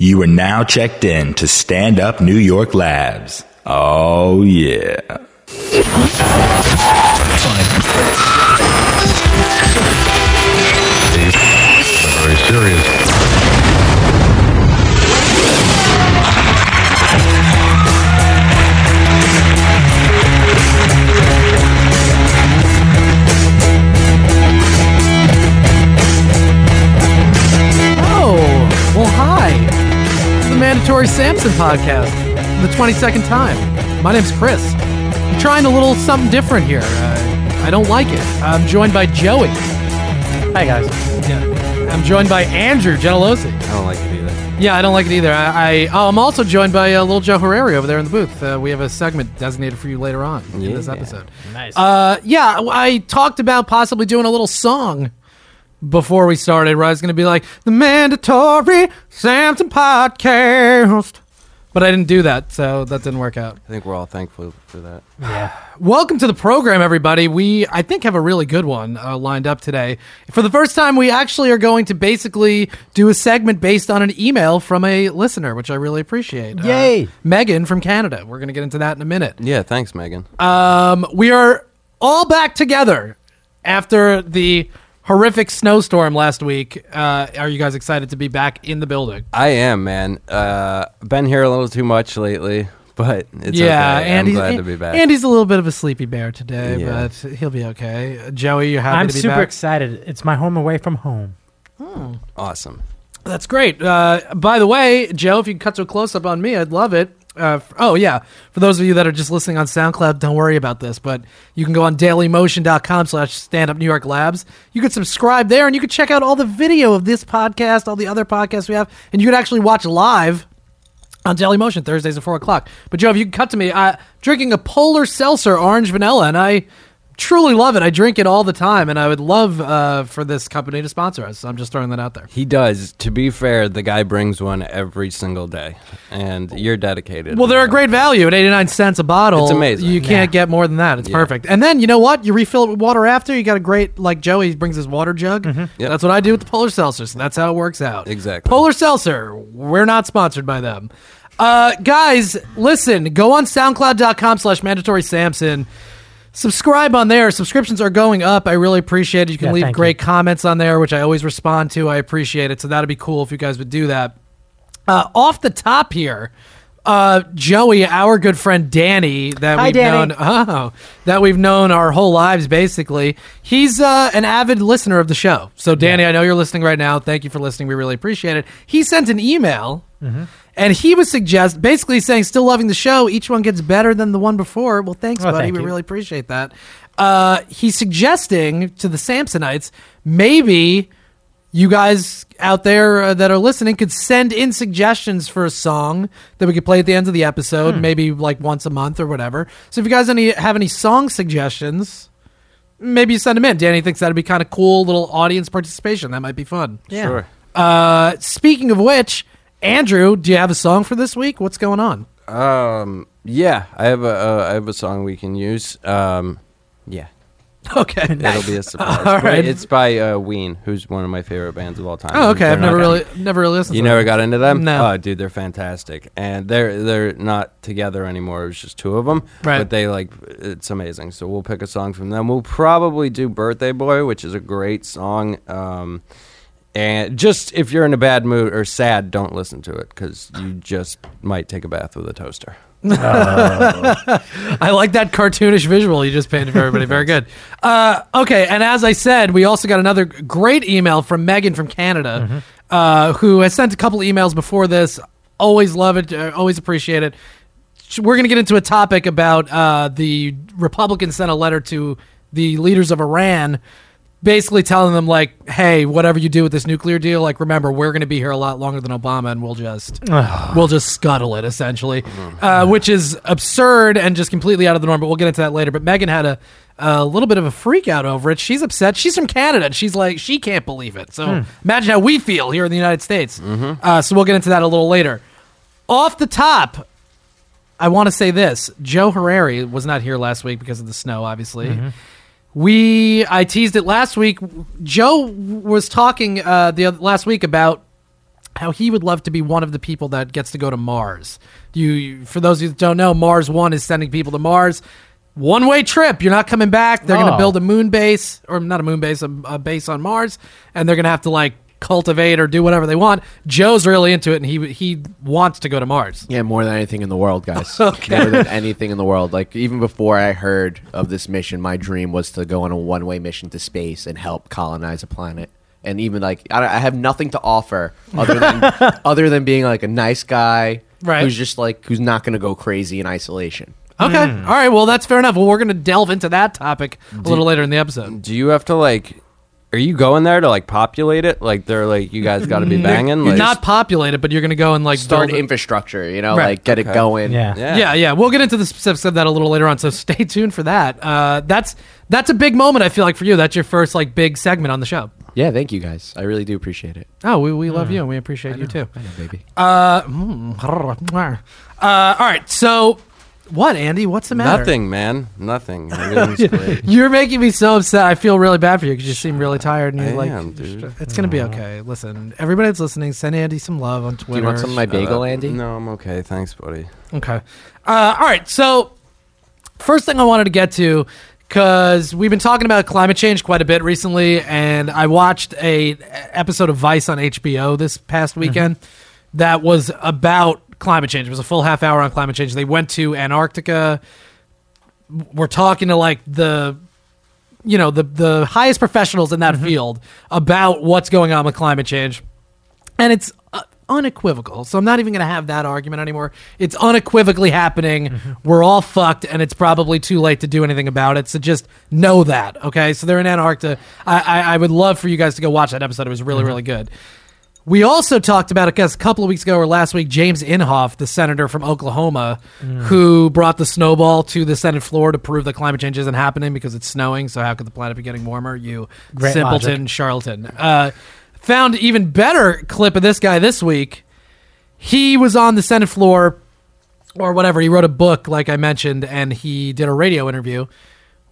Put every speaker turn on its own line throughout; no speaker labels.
You are now checked in to Stand Up New York Labs. Oh, yeah.
Very serious.
Oh, well, hi. It's the Mandatory Samson podcast, the 22nd time. My name's Chris. I'm trying a little something different here. Uh, I don't like it. I'm joined by Joey. Hi, guys. Yeah. I'm joined by Andrew Genelosi.
I don't like it either.
Yeah, I don't like it either. I, I oh, I'm also joined by uh, Little Joe Herrera over there in the booth. Uh, we have a segment designated for you later on in this
Yeah.
episode. Nice. Uh, yeah, I talked about possibly doing a little song before we started. Where I was going to be like the mandatory Samson podcast, but I didn't do that, so that didn't work out.
I think we're all thankful for that.
Welcome to the program, everybody. We, I think, have a really good one uh, lined up today. For the first time, we actually are going to basically do a segment based on an email from a listener, which I really appreciate. Uh,
Yay.
Megan from Canada. We're going to get into that in a minute.
Yeah, thanks, Megan.
Um, we are all back together after the horrific snowstorm last week. Uh, are you guys excited to be back in the building?
I am, man. Uh, been here a little too much lately, but it's
yeah,
okay. I'm
Andy's,
glad to be back.
Andy's a little bit of a sleepy bear today,
Yeah.
but he'll be okay. Uh, Joey, you happy
I'm
to be
super
back?
excited. It's my home away from home.
awesome.
That's great. Uh, by the way, Joe, if you can cut to a close up on me, I'd love it. Uh, f- oh yeah, for those of you that are just listening on SoundCloud, don't worry about this. But you can go on dailymotion.com slash stand up New York Labs. You can subscribe there, and you can check out all the video of this podcast, all the other podcasts we have, and you can actually watch live on Daily Motion Thursdays at four o'clock. But Joe, if you can cut to me, uh, drinking a Polar Seltzer, orange vanilla, and I truly love it. I drink it all the time, and I would love uh, for this company to sponsor us. I'm just throwing that out there.
He does. To be fair, the guy brings one every single day, and you're dedicated.
Well, they're a great value at 89 cents a bottle.
It's amazing.
You can't get more than that. It's perfect. And then, you know what? You refill it with water after. You got a great, like Joey brings his water jug.
Mm-hmm.
Yep.
That's what I do with the Polar Seltzer. So that's how it works out.
Exactly.
Polar Seltzer. We're not sponsored by them. Uh, guys, listen, go on soundcloud.com slash mandatory Samson. Subscribe on there. Subscriptions are going up. I really appreciate it. You can
Yeah,
leave
thank
great
you.
comments on there, which I always respond to. I appreciate it. So that'd be cool if you guys would do that. Uh, off the top here, uh, Joey, our good friend Danny, that
Hi,
we've
Danny.
known, oh, that we've known our whole lives basically. He's uh, an avid listener of the show. So, Danny, I know you're listening right now. Thank you for listening. We really appreciate it. He sent an email.
Mm-hmm.
And he was suggest basically saying, "Still loving the show. Each one gets better than the one before." Well, thanks,
Oh,
buddy.
thank
we
you.
really appreciate that. Uh, he's suggesting to the Samsonites, maybe you guys out there uh, that are listening could send in suggestions for a song that we could play at the end of the episode,
Hmm.
maybe like once a month or whatever. So if you guys any have any song suggestions, maybe you send them in. Danny thinks that'd be kind of cool, little audience participation. That might be fun.
Yeah.
Sure.
Uh, speaking of which, Andrew, do you have a song for this week? What's going on?
Um, yeah, I have a uh, I have a song we can use. Um, yeah,
Okay.
it'll be a surprise.
All
But
right.
It's by uh, Ween, who's one of my favorite bands of all time.
Oh, okay.
They're
I've never
not-
really, never really listened.
You
to
never
it.
got into them?
No.
Oh, dude, they're fantastic, and they're they're not together anymore. It was just two of them,
Right.
But they like it's amazing. So we'll pick a song from them. We'll probably do "Birthday Boy," which is a great song. Um, and just if you're in a bad mood or sad, don't listen to it because you just might take a bath with a toaster.
I like that cartoonish visual you just painted for everybody. Very good. Uh, okay, and as I said, we also got another great email from Megan from Canada, uh, who has sent a couple emails before this. Always love it. uh, Always appreciate it. Sh- We're going to get into a topic about uh, the Republicans sent a letter to the leaders of Iran. Basically telling them like, "Hey, whatever you do with this nuclear deal, like remember we're going to be here a lot longer than Obama, and we'll just we'll just scuttle it essentially, uh, which is absurd and just completely out of the norm. But we'll get into that later. But Megan had a, a little bit of a freak out over it. She's upset. She's from Canada. And she's like, she can't believe it. So imagine how we feel here in the United States. Uh, so we'll get into that a little later. Off the top, I want to say this: Joe Harari was not here last week because of the snow, obviously. We I teased it last week. Joe was talking uh, the oth- last week about how he would love to be one of the people that gets to go to Mars. You, you for those of you that don't know, Mars One is sending people to Mars. One way trip. You're not coming back. They're going to
Oh.
build a moon base, or not a moon base, a, a base on Mars, and they're going to have to like cultivate or do whatever they want. Joe's really into it, and he he wants to go to Mars.
Yeah, more than anything in the world, guys.
Okay.
More than anything in the world. Like even before I heard of this mission, my dream was to go on a one-way mission to space and help colonize a planet. And even like I, I have nothing to offer other than other than being like a nice guy
Right.
who's just like who's not going to go crazy in isolation.
Okay.
Hmm.
All right. Well, that's fair enough. Well, we're going to delve into that topic a little later in the episode.
Do you have to like? Are you going there to like populate it? Like they're like you guys got to be banging.
You're
Like,
not populated, but you're going to go and like
Start
build it.
infrastructure, you know,
Right.
like get it going.
Yeah.
Yeah.
yeah, yeah. We'll get into the specifics of that a little later on. So stay tuned for that. Uh, that's that's a big moment. I feel like for you, that's your first like big segment on the show.
Yeah, thank you guys. I really do appreciate it.
Oh, we, we
Mm.
love you and we appreciate you too.
Yeah, baby.
Uh, mm, uh, all right. So what, Andy? What's the matter?
Nothing, man. Nothing. Everything's great.
You're making me so upset. I feel really bad for you because you seem really tired and you're
I
like,
am, dude.
it's gonna be okay. Listen, everybody that's listening, send Andy some love on Twitter.
do you want some of my bagel, Andy?
uh, No, I'm okay. Thanks, buddy.
Okay. Uh, all right. So, first thing I wanted to get to, because we've been talking about climate change quite a bit recently, and I watched a episode of Vice on HBO this past weekend that was about climate change. It was a full half hour on climate change. They went to Antarctica. We're talking to like the you know the the highest professionals in that field about what's going on with climate change and it's uh, unequivocal. So I'm not even going to have that argument anymore. It's unequivocally happening. We're all fucked, and it's probably too late to do anything about it. So just know that, okay? So they're in Antarctica. I, I, I would love for you guys to go watch that episode. It was really, really good. We also talked about, I guess, a couple of weeks ago or last week, James Inhofe, the senator from Oklahoma, who brought the snowball to the Senate floor to prove that climate change isn't happening because it's snowing. So, how could the planet be getting warmer? You
Great
simpleton charlatan. Uh, found even better clip of this guy this week. He was on the Senate floor or whatever. He wrote a book, like I mentioned, and he did a radio interview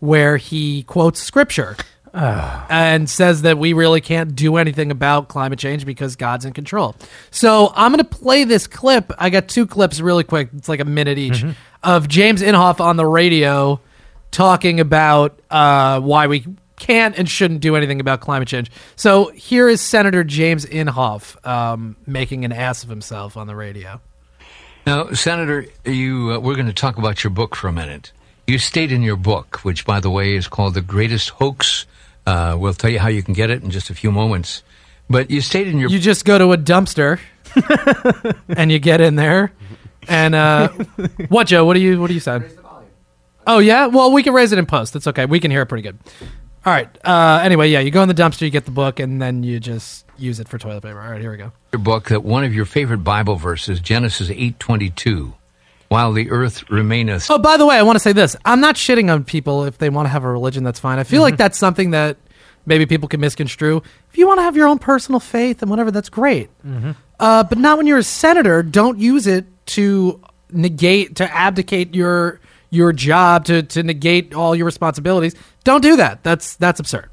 where he quotes scripture and says that we really can't do anything about climate change because God's in control. So I'm going to play this clip. I got two clips really quick. It's like a minute each of James Inhofe on the radio talking about uh, why we can't and shouldn't do anything about climate change. So here is Senator James Inhofe um, making an ass of himself on the radio.
Now, Senator, you uh, we're going to talk about your book for a minute. You state in your book, which by the way is called "The Greatest Hoax," uh, we'll tell you how you can get it in just a few moments. But you state in your
You just go to a dumpster and you get in there. And uh, what, Joe? What do you what do you sound? Oh yeah. Well, we can raise it in post. That's okay. We can hear it pretty good. All right. Uh, anyway, yeah. You go in the dumpster, you get the book, and then you just use it for toilet paper. All right. Here we go.
your book that one of your favorite Bible verses, Genesis eight twenty two, while the earth remaineth.
Oh, by the way, I want to say this. I'm not shitting on people if they want to have a religion. That's fine. I feel like that's something that maybe people can misconstrue. If you want to have your own personal faith and whatever, that's great. Uh, but not when you're a senator. Don't use it to negate, to abdicate your your job, to to negate all your responsibilities. Don't do that. That's that's absurd.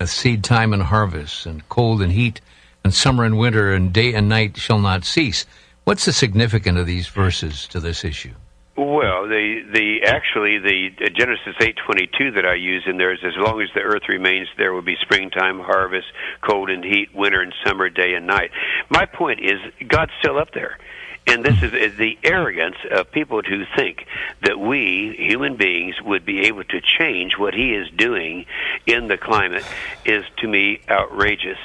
A seed time and harvest, and cold and heat, and summer and winter, and day and night shall not cease. What's the significance of these verses to this issue?
Well, the the actually the uh, Genesis eight twenty two that I use in there is as long as the earth remains, there will be springtime, harvest, cold and heat, winter and summer, day and night. My point is, God's still up there, and this is is the arrogance of people who think that we human beings would be able to change what He is doing in the climate is to me outrageous.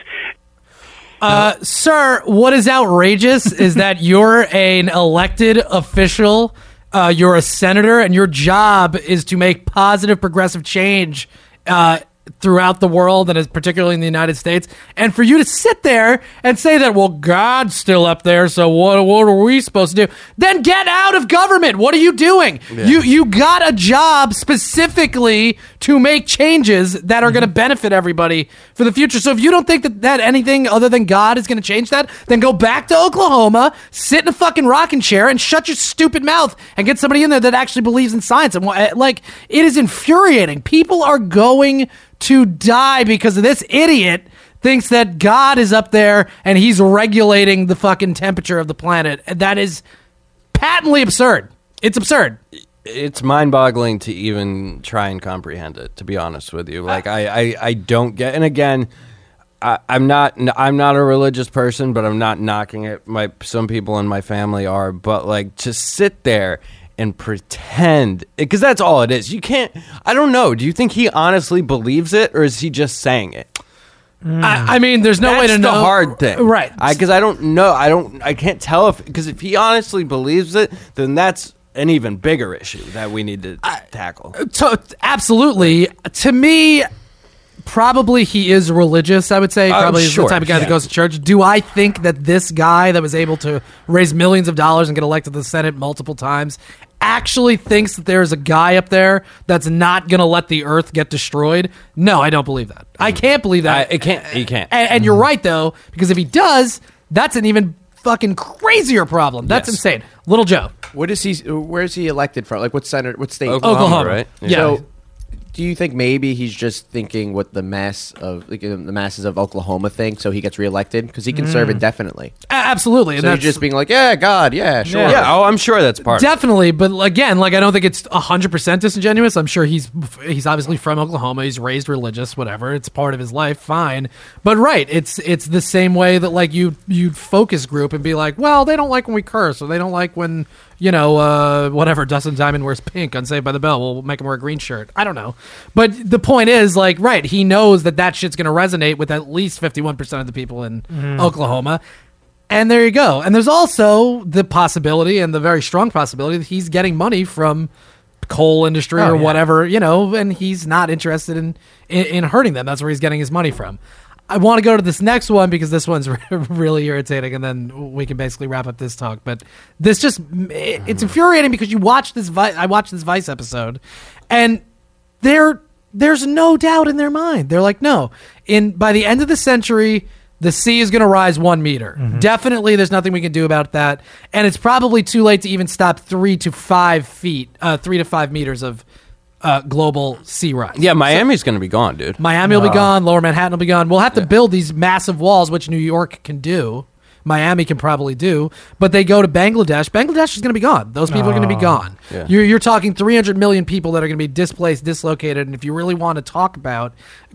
Uh, sir, what is outrageous is that you're an elected official, uh, you're a senator, and your job is to make positive progressive change uh, throughout the world and is particularly in the United States. And for you to sit there and say that, well, God's still up there, so what, what are we supposed to do? Then get out of government. What are you doing? You you got a job specifically to make changes that are going to
Mm-hmm.
benefit everybody for the future. So if you don't think that, that anything other than God is going to change that, then go back to Oklahoma, sit in a fucking rocking chair, and shut your stupid mouth and get somebody in there that actually believes in science. And wha- eh, like, it is infuriating. People are going to die because of this idiot thinks that God is up there and he's regulating the fucking temperature of the planet. And That is patently absurd. It's absurd.
it's mind-boggling to even try and comprehend it to be honest with you like i i, I don't get and again I, i'm not i'm not a religious person but i'm not knocking it my some people in my family are but like to sit there and pretend because that's all it is you can't i don't know do you think he honestly believes it or is he just saying it
I, I mean, there's no
Mm. that's
way to
the
know.
hard thing,
right?
Because I, don't know. I don't. I can't tell if because if he honestly believes it, then that's an even bigger issue that we need to tackle.
to, absolutely. To me, probably he is religious. I would say
Oh,
probably he's
sure,
the type of guy
yeah.
that goes to church. Do I think that this guy that was able to raise millions of dollars and get elected to the Senate multiple times actually thinks that there is a guy up there that's not going to let the Earth get destroyed? No, I don't believe that. I can't believe
Mm. I,
that.
it can't. He can't.
and, and you're right though, because if he does, that's an even fucking crazier problem. That's
Yes.
insane. Little Joe.
What is he? Where is he elected from? Like what senator? What state?
Oklahoma.
right?
Yeah.
So, do you think maybe he's just thinking what the mass of like, uh, the masses of Oklahoma think, so he gets reelected because he can serve indefinitely?
A- Absolutely. Mm. And
So he's
that's-
just being like, yeah, God, yeah, sure.
yeah. Oh, I'm sure that's part. of
Definitely, but again, like I don't think it's hundred percent disingenuous. I'm sure he's he's obviously from Oklahoma. He's raised religious, whatever. It's part of his life, fine. But right, it's it's the same way that like you you'd focus group and be like, well, they don't like when we curse, or they don't like when you know uh, whatever. Dustin Diamond wears pink on Saved by the Bell. We'll make him wear a green shirt. I don't know, but the point is like right, he knows that that shit's going to resonate with at least fifty one percent of the people in Oklahoma. And there you go. And there's also the possibility, and the very strong possibility, that he's getting money from coal industry or whatever, you know, and he's not interested in, in in hurting them. That's where he's getting his money from. I want to go to this next one because this one's really irritating, and then we can basically wrap up this talk. But this just—it's infuriating because you watch this. Vi- I watched this Vice episode, and they're there's no doubt in their mind. They're like, no, in by the end of the century, the sea is going to rise one meter. Definitely, there's nothing we can do about that, and it's probably too late to even stop three to five feet, uh, three to five meters of uh, global sea rise.
it. Yeah, Miami's going to be gone, dude.
Miami will be gone. Lower Manhattan will be gone. We'll have to build these massive walls, which New York can do. Miami can probably do, but they go to Bangladesh. Bangladesh is going to be gone. Those people are going to be gone. You're, you're talking 300 million people that are going to be displaced, dislocated. And if you really want to talk about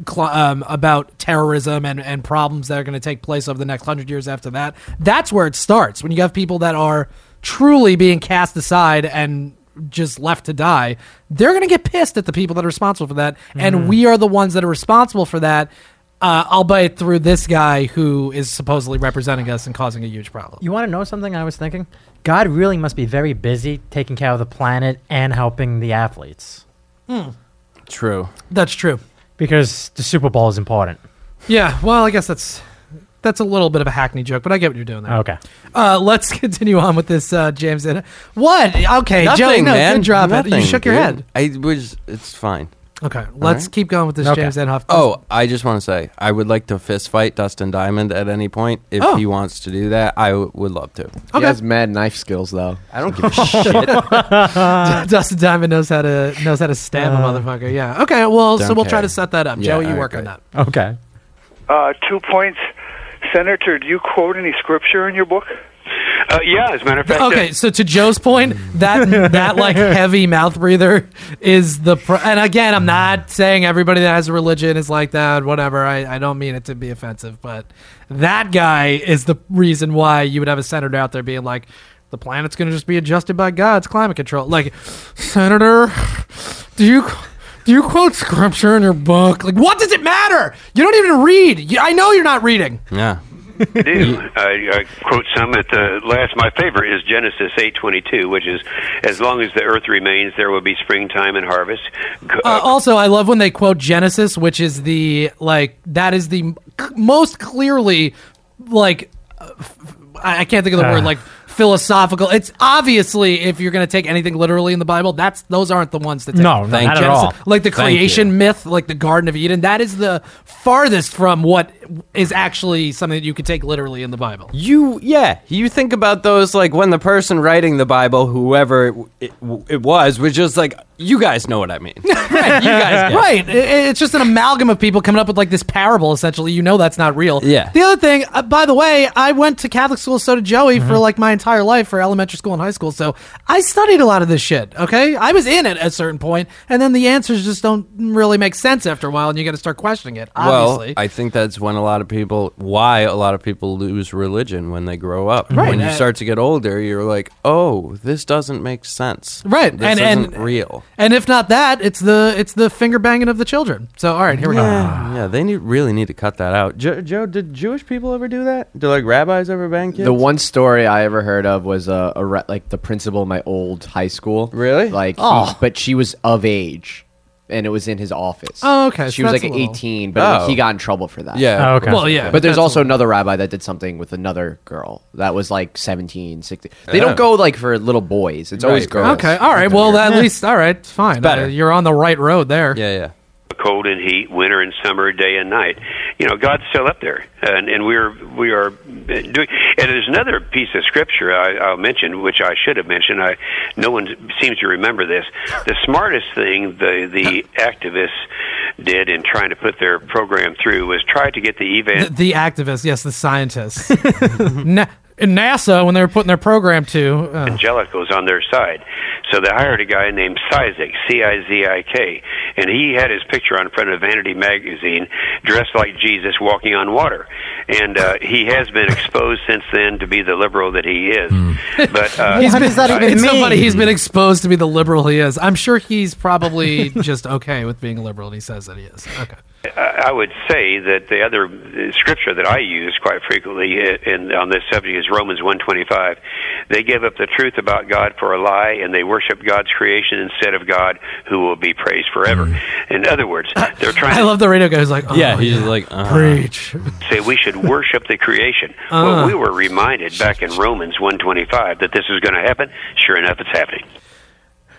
cl- um, about terrorism and, and problems that are going to take place over the next hundred years after that, that's where it starts. When you have people that are truly being cast aside and just left to die, they're going to get pissed at the people that are responsible for that. And we are the ones that are responsible for that, uh, albeit through this guy who is supposedly representing us and causing a huge problem.
You want to know something I was thinking? God really must be very busy taking care of the planet and helping the athletes
True.
That's true.
because the Super Bowl is important.
Yeah. Well, I guess that's. That's a little bit of a hackney joke, but I get what you're doing there.
Okay.
Uh, let's continue on with this, uh, James. In what? Okay,
Nothing,
Joey, no,
man.
good drop it.
Nothing,
You shook your
dude.
head.
I was. It's fine.
Okay, let's
right.
keep going with this,
Okay.
James Denhoff.
Oh, I just want to say, I would like to fist fight Dustin Diamond at any point if
Oh.
he wants to do that. I w- would love to.
He
Okay.
has mad knife skills though.
I don't give a shit.
Dustin Diamond knows how to knows how to stab a motherfucker. Yeah. Okay. Well, so
Don't
we'll try
care.
to set that up.
Yeah,
Joey, you
alright,
work on
great.
that.
Okay.
Uh, two points. Senator, do you quote any scripture in your book?
Uh, yeah, as a matter of fact. uh,
Okay. So to Joe's point, that that like heavy mouth breather is the pro- and again, I'm not saying everybody that has a religion is like that. Whatever. I, I don't mean it to be offensive, but that guy is the reason why you would have a senator out there being like. The planet's going to just be adjusted by God's climate control. Like, Senator, do you do you quote scripture in your book? Like, what does it matter? You don't even read. You, I know you're not reading.
yeah.
do. I, I quote some at the last. My favorite is Genesis eight twenty two, which is, "As long as the earth remains, there will be springtime and harvest." G-
Uh, also, I love when they quote Genesis, which is the like that is the m- c- most clearly like uh, f- I I can't think of the
Ah.
word like philosophical. It's obviously if you're going to take anything literally in the Bible, that's those aren't the ones that take
No, no, Thank not at you. all.
Like the
Thank you.
creation myth, like the Garden of Eden, that is the farthest from what is actually something that you could take literally in the Bible.
You yeah, you think about those like when the person writing the Bible, whoever it, it was, was just like you guys know what I mean. right, you guys get it.
Right. It- it- It's just an amalgam of people coming up with like this parable, essentially. You know that's not real.
Yeah.
The other thing, uh, by the way, I went to Catholic school, so did Joey,
Mm-hmm.
for like my entire life, for elementary school and high school. So I studied a lot of this shit, okay? I was in it at a certain point, and then the answers just don't really make sense after a while, and you got to start questioning it, obviously.
Well, I think that's when a lot of people, why a lot of people lose religion when they grow up.
Right.
When you
Uh,
start to get older, you're like, oh, this doesn't make sense.
Right,
This
and- and-
isn't real.
and if not that, it's the it's the finger banging of the children. So all right, here we go.
yeah, they need, really need to cut that out. Joe, Joe, did Jewish people ever do that? Do like rabbis ever bang kids?
The one story I ever heard of was uh, a re- like the principal of my old high school.
Really?
Like, he-
Oh.
but she was of age, and it was in his office.
Oh, okay,
She
so
was
that's
like
a little-
eighteen, but
Oh.
he got in trouble for that.
Yeah.
Oh, okay.
Well, yeah,
But there's
that's a
also another rabbi that did something with another girl that was like 17, 16. They don't go like for little boys. It's always
Right.
girls.
Okay. All right. Well, at least all right. Fine.
better.
Uh, you're on the right road there.
Yeah, yeah.
cold and heat, winter and summer, day and night. You know, God's still up there, and, and we are we are uh, doing. And there's another piece of scripture I, I'll mention, which I should have mentioned. I no one seems to remember this. The smartest thing the the activists did in trying to put their program through was try to get the
The,
evan
the activists, yes, the scientists. Na- in NASA, when they were putting their program to, uh,
evangelicals on their side. So they hired a guy named Sizik, C I Z I K, and he had his picture on front of Vanity magazine, dressed like Jesus walking on water. And uh, he has been exposed since then to be the liberal that he is. But uh,
What does that even
it's
mean?
so funny. He's been exposed to be the liberal he is. I'm sure he's probably just okay with being a liberal, and he says that he is. Okay.
I I would say that the other uh, scripture that I use quite frequently i- in, on this subject is Romans 125. They give up the truth about God for a lie and they worship God's creation instead of God who will be praised forever. In other words, they're trying
Mm-hmm. Uh, I
to
love the radio guy who's like, oh,
Yeah, he's like, uh-huh.
preach.
say we should worship the creation.
Uh-huh.
Well, we were reminded back in Romans 125 that this is going to happen. Sure enough, it's happening.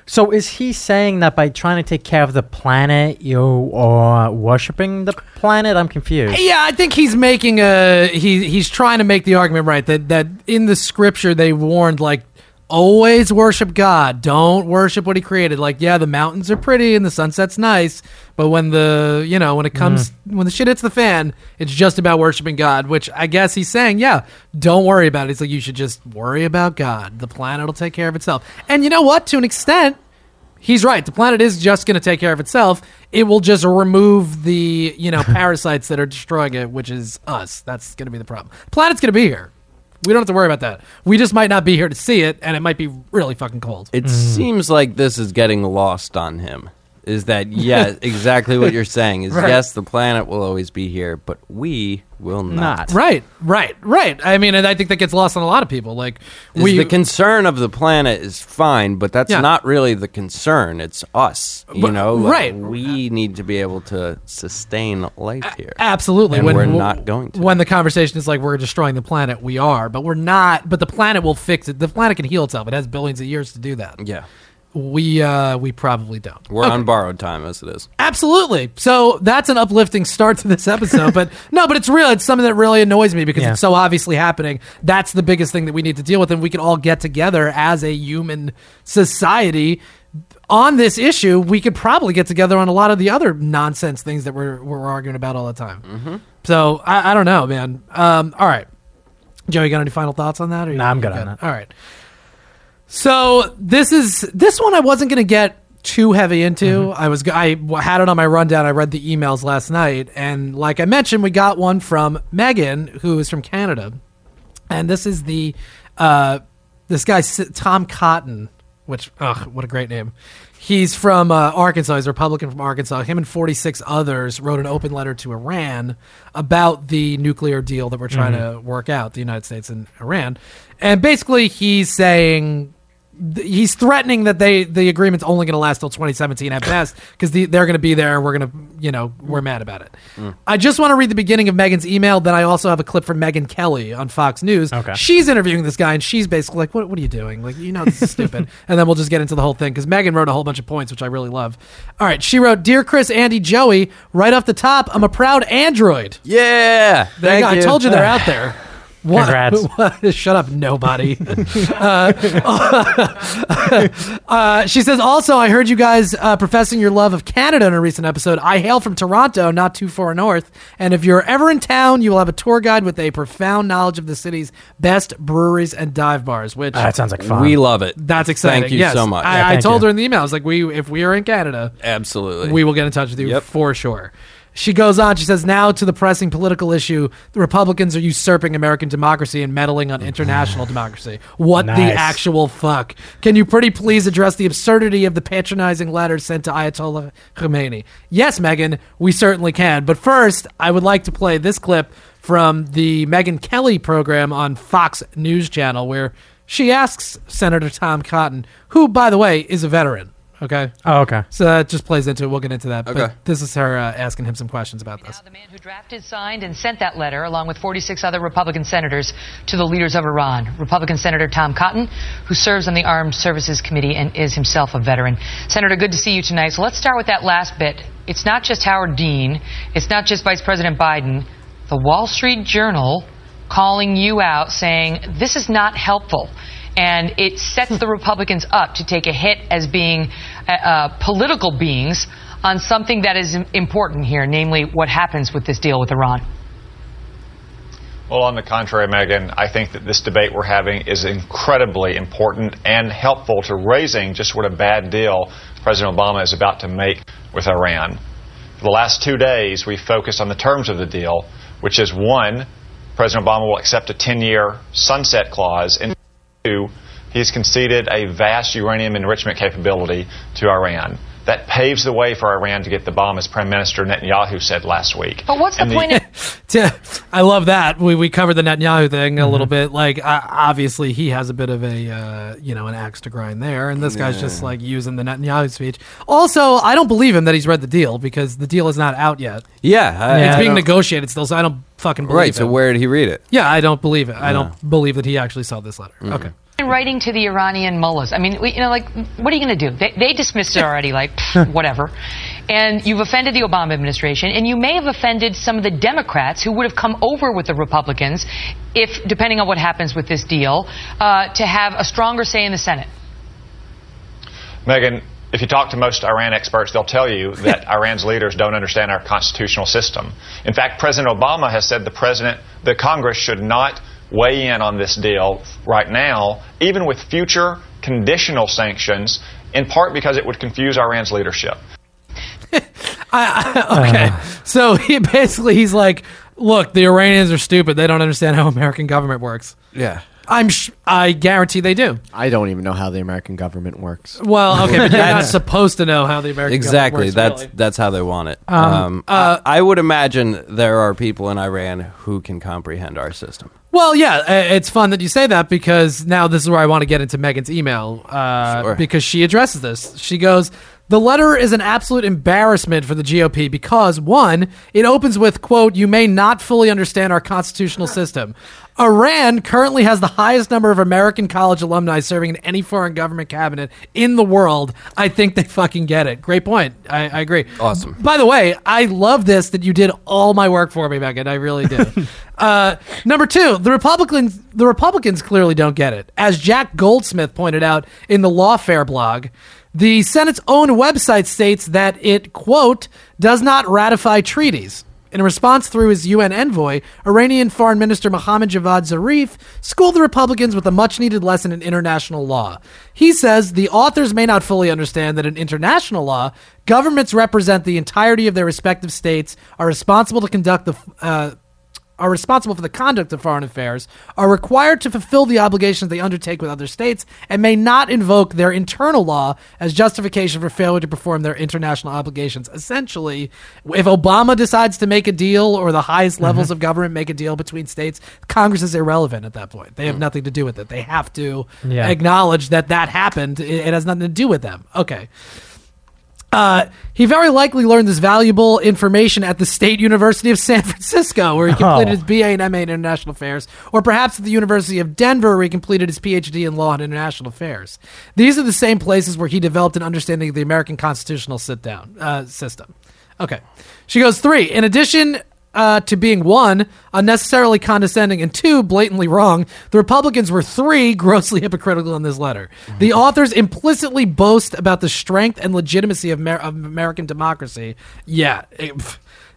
So is he saying that by trying to take care of the planet, you are worshiping the planet? I'm confused.
Yeah, I think he's making a he he's trying to make the argument right that that in the scripture they warned like always worship God, don't worship what he created. Like yeah, the mountains are pretty and the sunset's nice, but when the you know, when it comes when the shit hits the fan, it's just about worshiping God, which I guess he's saying, yeah, don't worry about it. It's like you should just worry about God. The planet'll take care of itself. And you know what? To an extent, He's right. The planet is just going to take care of itself. It will just remove the you know parasites that are destroying it, which is us. That's going to be the problem. Planet's going to be here. We don't have to worry about that. We just might not be here to see it, and it might be really fucking cold.
It seems like this is getting lost on him. Is that yes, exactly what you're saying? Is
Right.
yes, the planet will always be here, but we will not.
right, right, right. I mean, and I think that gets lost on a lot of people. Like
Is
we
the concern of the planet is fine, but that's
Yeah.
not really the concern. It's us, you
But-
know. like,
right.
We need to be able to sustain life here.
absolutely
And we're not going to.
When the conversation is like we're destroying the planet, we are, but we're not. But the planet will fix it. The planet can heal itself. It has billions of years to do that.
yeah,
We uh we probably don't.
we're on borrowed time as it is.
Absolutely. So that's an uplifting start to this episode. But no, but it's real. It's something that really annoys me because
Yeah.
it's so obviously happening. That's the biggest thing that we need to deal with. And we can all get together as a human society on this issue. We could probably get together on a lot of the other nonsense things that we're, we're arguing about all the time.
Mm-hmm.
So I, I don't know, man. Um, all right. Joe, you got any final thoughts on that? Or you-
Nah, I'm good
you
on that.
All right. So this is this one I wasn't going to get too heavy into. I was I w- had it on my rundown. I read the emails last night, and like I mentioned, we got one from Megan, who is from Canada, and this is the uh, this guy S- Tom Cotton, which ugh, what a great name. He's from uh, Arkansas. He's a Republican from Arkansas. Him and 46 others wrote an open letter to Iran about the nuclear deal that we're trying to work out, the United States and Iran. And basically, he's saying th- he's threatening that they the agreement's only going to last till 2017 at best because the, they're going to be there and we're going to you know we're mad about it i just want to read the beginning of megan's email then i also have a clip from megan kelly on fox news
Okay.
she's interviewing this guy and she's basically like what, what are you doing like you know this is stupid and then we'll just get into the whole thing because megan wrote a whole bunch of points which i really love all right she wrote dear chris andy joey right off the top i'm a proud android
Yeah,
there you
thank
go. i told you they're out there What?
Congrats.
What? Shut up, nobody. uh, uh, she says, also, I heard you guys uh, professing your love of Canada in a recent episode. I hail from Toronto, not too far north. And if you're ever in town, you will have a tour guide with a profound knowledge of the city's best breweries and dive bars, which
Uh, that sounds like fun.
We love it.
that's exciting.
Thank you
Yes.
so much.
I,
Yeah,
I
thank
told
you.
her in the email, I was like, we, if we are in Canada,
Absolutely.
we will get in touch with you
Yep.
for sure. She goes on. She says, "Now to the pressing political issue: the Republicans are usurping American democracy and meddling on international democracy. What the
Nice.
actual fuck? Can you pretty please address the absurdity of the patronizing letter sent to Ayatollah Khomeini? Yes, Megan, we certainly can. But first, I would like to play this clip from the Megan Kelly program on Fox News Channel, where she asks Senator Tom Cotton, who, by the way, is a veteran. Okay,
Oh, okay.
so that just plays into it. We'll get into that.
Okay.
But this is her uh, asking him some questions about this.
Now, the man who drafted, signed, and sent that letter, along with 46 other Republican senators, to the leaders of Iran. Republican Senator Tom Cotton, who serves on the Armed Services Committee and is himself a veteran. Senator, good to see you tonight. So let's start with that last bit. It's not just Howard Dean, it's not just Vice President Biden. The Wall Street Journal calling you out saying this is not helpful. And it sets the Republicans up to take a hit as being uh, uh, political beings on something that is im- important here, namely what happens with this deal with Iran.
Well, on the contrary, Megan, I think that this debate we're having is incredibly important and helpful to raising just what a bad deal President Obama is about to make with Iran. For the last two days, we focused on the terms of the deal, which is one, President Obama will accept a 10 year sunset clause, and two, he's conceded a vast uranium enrichment capability to Iran. That paves the way for Iran to get the bomb, as Prime Minister Netanyahu said last week.
But what's the
And
point? Of-
To- I love that. We, we covered the Netanyahu thing
Mm-hmm.
a little bit. Like, uh, obviously, he has a bit of a, uh, you know, an axe to grind there. And this guy's just like using the Netanyahu speech. Also, I don't believe him that he's read the deal because the deal is not out yet.
yeah, I-
it's
I
being
don't-
negotiated still, so I don't fucking believe
right.
it.
So where did he read it?
yeah, I don't believe it. I don't believe that he actually saw this letter.
Mm-hmm.
Okay.
in writing to the Iranian mullahs. I mean, we- you know, like, what are you going to do? They, they dismissed it already, like, pff, whatever. And you've offended the Obama administration, and you may have offended some of the Democrats who would have come over with the Republicans if, depending on what happens with this deal, uh, to have a stronger say in the Senate.
Megan, if you talk to most Iran experts, they'll tell you that Iran's leaders don't understand our constitutional system. In fact, President Obama has said the president, the Congress should not weigh in on this deal right now, even with future conditional sanctions, in part because it would confuse Iran's leadership.
Okay. so he basically he's like, look, the Iranians are stupid. They don't understand how American government works.
Yeah.
I'm sh- I guarantee they do.
I don't even know how the American government works.
Well, okay, but you're not supposed to know how the American
Exactly.
government works,
That's that's how they want it. Um,
uh,
I, I would imagine there are people in Iran who can comprehend our system.
Well, yeah, uh, it's fun that you say that because now this is where I want to get into Megan's email uh,
Sure.
because she addresses this. She goes, "The letter is an absolute embarrassment for the GOP because one, it opens with quote, you may not fully understand our constitutional system. Iran currently has the highest number of American college alumni serving in any foreign government cabinet in the world. I think they fucking get it. Great point. I, I agree.
Awesome.
By the way, I love this that you did all my work for me, Megan. I really do. uh, number two, the Republicans the Republicans clearly don't get it. As Jack Goldsmith pointed out in the Lawfare blog, the Senate's own website states that it quote does not ratify treaties. In response through his UN envoy, Iranian Foreign Minister Mohammad Javad Zarif schooled the Republicans with a much needed lesson in international law. He says the authors may not fully understand that in international law, governments represent the entirety of their respective states, are responsible to conduct the. Uh, are responsible for the conduct of foreign affairs, are required to fulfill the obligations they undertake with other states, and may not invoke their internal law as justification for failure to perform their international obligations. Essentially, if Obama decides to make a deal or the highest
Mm-hmm.
levels of government make a deal between states, Congress is irrelevant at that point. They have nothing to do with it. They have to
Mm. Yeah.
acknowledge that that happened. It, it has nothing to do with them. Okay. Uh, he very likely learned this valuable information at the State University of San Francisco, where he completed
Oh.
his BA and MA in International Affairs, or perhaps at the University of Denver, where he completed his PhD in Law and International Affairs. These are the same places where he developed an understanding of the American constitutional sit down uh, system. Okay. She goes, three, in addition. uh, to being one, unnecessarily condescending, and two, blatantly wrong. The Republicans were three, grossly hypocritical in this letter. The authors implicitly boast about the strength and legitimacy of, Mer- of American democracy. Yeah. it-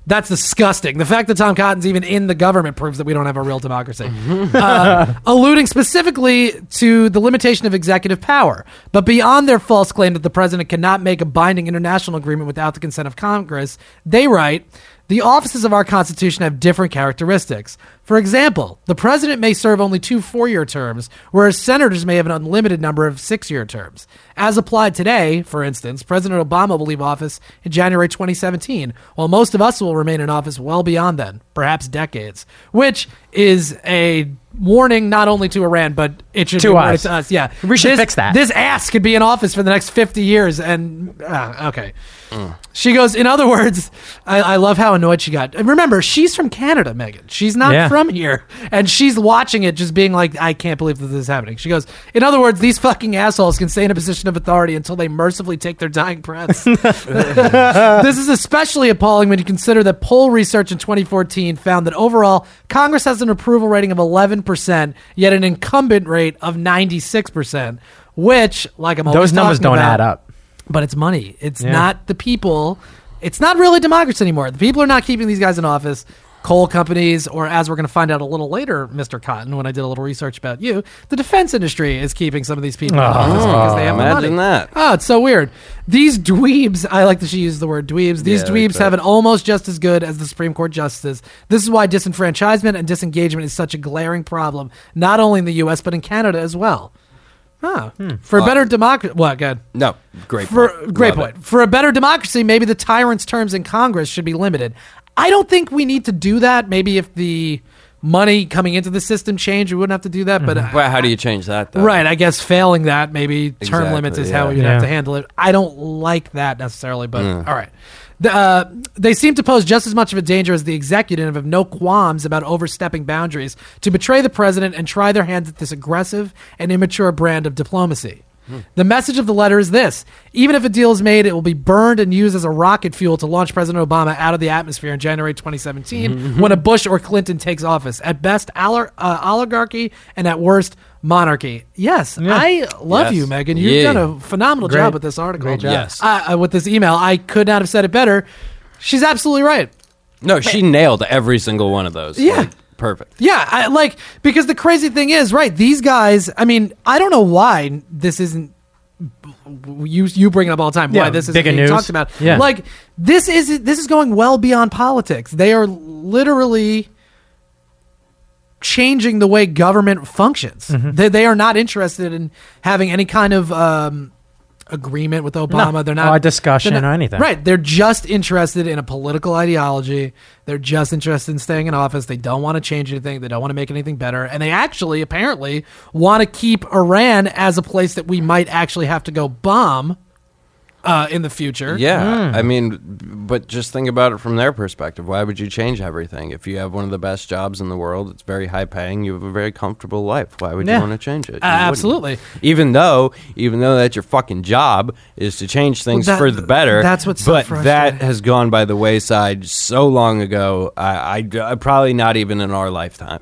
that's disgusting. The fact that Tom Cotton's even in the government proves that we don't have a real democracy. Uh, alluding specifically to the limitation of executive power, but beyond their false claim that the president cannot make a binding international agreement without the consent of Congress, they write the offices of our Constitution have different characteristics. For example, the president may serve only two four year terms, whereas senators may have an unlimited number of six year terms. As applied today, for instance, President Obama will leave office in January 2017, while most of us will remain in office well beyond then, perhaps decades, which is a warning not only to Iran, but it should
To
be a warning
us.
to us. Yeah.
We should
This-
fix that.
This ass could be in office for the next 50 years, and ah, okay. She goes, in other words, I, I love how annoyed she got. And remember, she's from Canada, Megan. She's not
Yeah.
from here. And she's watching it just being like, I can't believe that this is happening. She goes, in other words, these fucking assholes can stay in a position of authority until they mercifully take their dying breaths. this is especially appalling when you consider that poll research in 2014 found that overall, Congress has an approval rating of 11%, yet an incumbent rate of 96%, which, like I'm always
Those numbers
talking
don't
about,
add up.
but it's money. It's
Yeah.
not the people. It's not really democracy anymore. The people are not keeping these guys in office. Coal companies, or as we're going to find out a little later, Mr. Cotton, when I did a little research about you, the defense industry is keeping some of these people in office because they have the
imagine
money.
that.
Oh, it's so weird. These dweebs, I like that she used the word dweebs. These
Yeah, I like
dweebs
that.
have an almost just as good as the Supreme Court justice. This is why disenfranchisement and disengagement is such a glaring problem, not only in the U.S., but in Canada as well. Huh. For
Uh,
better democracy. What, good.
No, great.
For
point.
great
Love it.
point. For a better democracy, maybe the tyrant's terms in Congress should be limited. I don't think we need to do that. Maybe if the money coming into the system changed, we wouldn't have to do that. But uh,
Well, how do you change that? Though?
right, I guess failing that, maybe term
Exactly,
limits is how
yeah.
we would have to
Yeah.
handle it. I don't like that necessarily, but
Mm.
all right. The, uh, they seem to pose just as much of a danger as the executive have no qualms about overstepping boundaries to betray the president and try their hands at this aggressive and immature brand of diplomacy.
Hmm.
The message of the letter is this even if a deal is made, it will be burned and used as a rocket fuel to launch President Obama out of the atmosphere in January 2017
Mm-hmm.
when a Bush or Clinton takes office. At best, olir- uh, oligarchy, and at worst, monarchy. Yes, I love
Yes.
you, Megan. You've
Yeah.
done a phenomenal
Great.
job with this article.
Great job. Yes.
I, I- with this email, I could not have said it better. She's absolutely right.
No, she nailed every single one of those.
Yeah.
Like, perfect.
Yeah, I, like because the crazy thing is, right? These guys. I mean, I don't know why this isn't. You you bring it up all the time. why
Yeah,
this is
bigger
being
news.
talked about?
Yeah.
like this is this is going well beyond politics. They are literally changing the way government functions.
Mm-hmm.
They, they are not interested in having any kind of um, agreement with Obama.
No,
They're not
or a discussion
they're not-
or anything.
Right. They're just interested in a political ideology. They're just interested in staying in office. They don't want to change anything. They don't want to make anything better. And they actually, apparently, want to keep Iran as a place that we might actually have to go bomb uh, in the future.
Yeah,
Hmm.
I mean, but just think about it from their perspective. Why would you change everything if you have one of the best jobs in the world? It's very high paying. You have a very comfortable life. Why would
Yeah.
you want to change it? You
Uh,
wouldn't.
absolutely.
Even though, even though that's your fucking job is to change things
that-
for the better.
that's what's so
But that
frustrating.
has gone by the wayside so long ago. I, I- probably not even in our lifetime.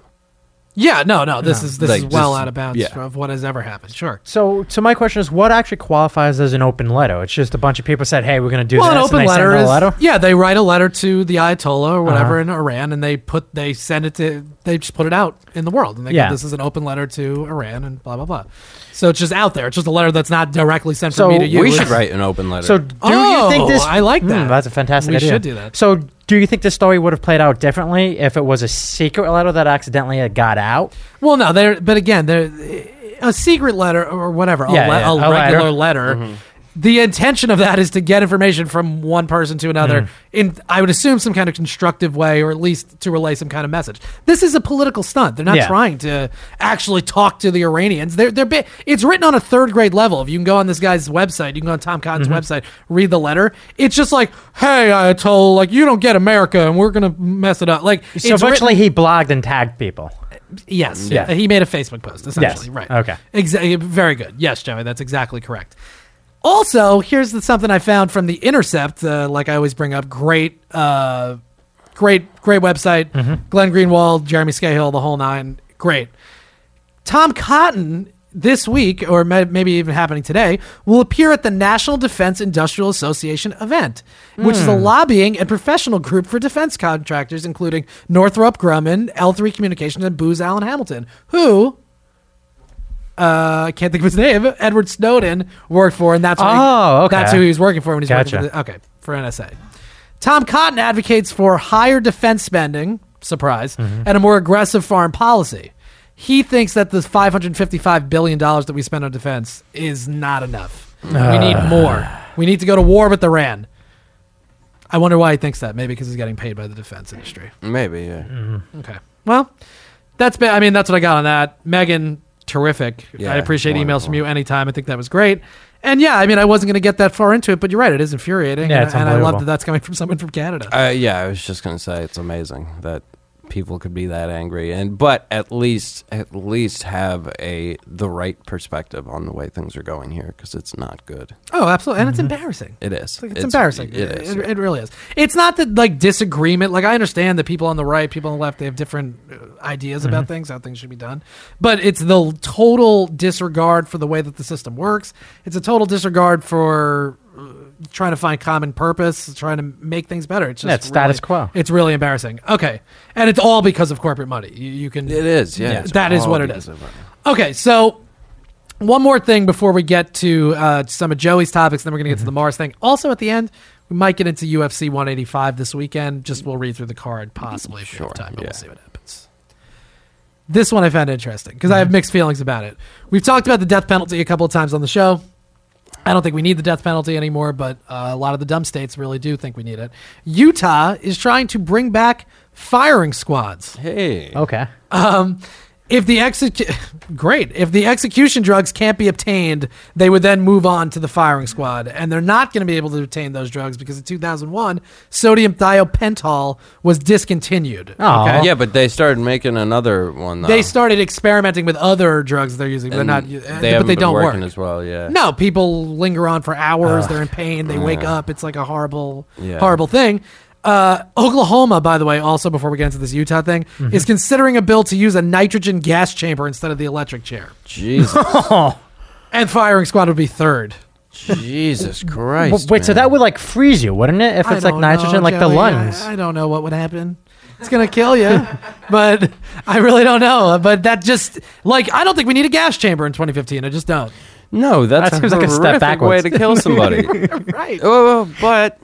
Yeah. No. No. This
No.
is this
Like,
is well
just-
out of bounds
yeah.
of what has ever happened. Sure.
So, so my question is, what actually qualifies as an open letter? It's just a bunch of people said, "Hey, we're going to do
well,
this."
an open
and they send
letter
them a
is
letter.
yeah. They write a letter to the Ayatollah or whatever in
Uh-huh.
Iran, and they put they send it to they just put it out in the world, and they
Yeah.
go, this is an open letter to Iran and blah blah blah. So it's just out there. It's just a letter that's not directly sent
So
from me to you.
We
It's-
should write an open letter.
So, do
Oh,
you think this?
I like
Hmm,
that.
that's a fantastic
We
idea.
should do that.
So, do you think this story would have played out differently if it was a secret letter that accidentally uh, got out?
Well, no, there. But again, there a secret letter or whatever.
Yeah,
a, le-
yeah,
a
a
regular
letter. Mm-hmm.
letter. The intention of that is to get information from one person to another
Mm-hmm.
in, I would assume, some kind of constructive way, or at least to relay some kind of message. This is a political stunt. They're not
Yeah.
trying to actually talk to the Iranians. They're they're bi- it's written on a third grade level. If you can go on this guy's website, you can go on Tom Cotton's
Mm-hmm.
website, read the letter. It's just like, hey, Ayatollah, like you don't get America, and we're gonna mess it up. Like
So,
it's
eventually,
written-
he blogged and tagged people.
Yes.
Yeah.
He made a Facebook post, essentially.
Yes.
Right.
Okay.
Exactly. Very good. Yes, Joey, that's exactly correct. Also, here's the, something I found from The Intercept, uh, like I always bring up great uh, Great, great website.
Mm-hmm.
Glenn Greenwald, Jeremy Scahill, the whole nine. Great. Tom Cotton this week, or may- maybe even happening today, will appear at the National Defense Industrial Association event, which is a
Hmm.
lobbying and professional group for defense contractors, including Northrop Grumman, L3 Communications, and Booz Allen Hamilton, who uh, I can't think of his name. Edward Snowden worked for, and that's what he-
Oh, okay.
that's who he was working for when he's
Gotcha.
working for the, okay for NSA. Tom Cotton advocates for higher defense spending, surprise, and a more aggressive foreign policy. He thinks that the 555 billion dollars that we spend on defense is not enough. we need
Ah.
more. We need to go to war with Iran. I wonder why he thinks that. Maybe because he's getting paid by the defense industry.
Maybe, yeah.
Mm. Okay. Well, that's been, I mean, that's what I got on that. Megan, terrific.
Yeah,
I appreciate emails from you anytime. I think that was great. And yeah, I mean, I wasn't going to get that far into it, but you're right. It is infuriating.
Yeah,
and,
it's
and I love
unbelievable.
that that's coming from someone from Canada.
Uh, yeah, I was just gonna say it's amazing that people could be that angry, and but at least at least have a the right perspective on the way things are going here because it's not good.
Oh, absolutely. And it's embarrassing.
Mm-hmm. It is.
It's, like, it's embarrassing.
It is.
It, it really is. It's not that like disagreement. Like I understand that people on the right, people on the left, they have different uh, ideas about
Mm-hmm.
Mhm.
things, how things should be done. But it's the total disregard for the way that the system works. It's a total disregard for uh, trying to find common purpose, trying to make things better. It's just
Yeah, it's status
really-
quo.
It's really embarrassing. Okay, and it's all because of corporate money. You, you can.
It is. Yeah, it's
that is
all
what it
because
is.
of it.
Okay, so one more thing before we get to uh, some of Joey's topics, then we're going to get to the Mars thing. Also, at the end, we might get into UFC 185 this weekend. Just we'll read through the card possibly if we have time, but we'll see what happens. This one I found interesting because I have mixed feelings about it. We've talked about the death penalty a couple of times on the show. I don't think we need the death penalty anymore, but uh, a lot of the dumb states really do think we need it. Utah is trying to bring back firing squads.
Hey.
Okay.
Um, if the execu- great, if the execution drugs can't be obtained, they would then move on to the firing squad, and they're not going to be able to obtain those drugs because in 2001, sodium thiopental was discontinued. okay?
yeah, but they started making another one. Though.
They started experimenting with other drugs they're using. They're
And
not,
they
but
haven't
they
been
don't work.
working as well, yeah.
No, people linger on for hours.
Ugh.
They're in pain. They wake
Yeah.
up. It's like a horrible,
Yeah.
horrible thing. Uh, Oklahoma, by the way, also before we get into this Utah thing,
Mhm.
is considering a bill to use a nitrogen gas chamber instead of the electric chair.
Jesus.
and firing squad would be third.
Jesus
W- Wait, so that would like freeze you, wouldn't it? If
I
it's like
don't
nitrogen,
know,
like the
Joey. I-
lungs.
I, don't know what would happen. It's gonna kill you, but I really don't know. But that just like I don't think we need a gas chamber in 2015. I just don't.
No, that's That a seems like a step horrific backwards. way to kill somebody.
right.
Oh, but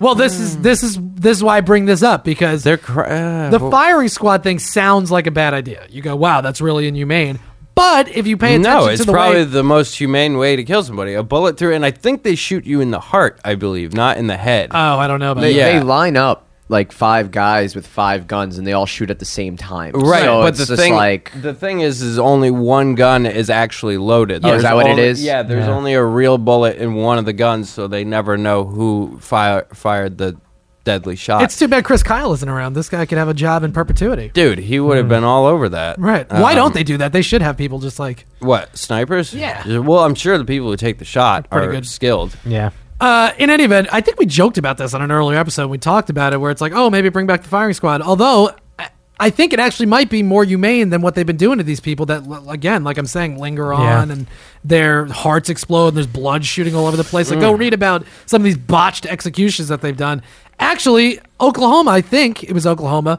well, this
Hmm.
is this is this is why I bring this up because
they're cra- uh,
the
well-
firing squad thing sounds like a bad idea. You go, wow, that's really inhumane. But if you pay attention
no, it's
to the
probably
way,
the most humane way to kill somebody. A bullet through, and I think they shoot you in the heart. I believe, not in the head.
Oh, I don't know
that.
They, they line up like five guys with five guns, and they all shoot at the same time.
Right,
So
but
it's
the
just
thing,
like
the thing is, is only one gun is actually loaded.
Oh, is
There's
that what it
only-
is?
Yeah, there's
Yeah.
only a real bullet in one of the guns, so they never know who fire, fired the deadly shot.
it's too bad Chris Kyle isn't around. This guy could have a job in perpetuity.
Dude, he would have been all over that.
Mm. Right?
Uh,
Why
Um,
don't they do that? They should have people just like
What snipers?
Yeah.
Well, I'm sure the people who take the shot
Pretty
are
good.
skilled.
Yeah.
Uh, in any event, I think we joked about this on an earlier episode. We talked about it where it's like, oh, maybe bring back the firing squad. Although, I- I think it actually might be more humane than what they've been doing to these people that, l- again, like I'm saying, linger
Yeah.
on and their hearts explode and there's blood shooting all over the place. Like, go
Mm.
read about some of these botched executions that they've done. Actually, Oklahoma, I think it was Oklahoma,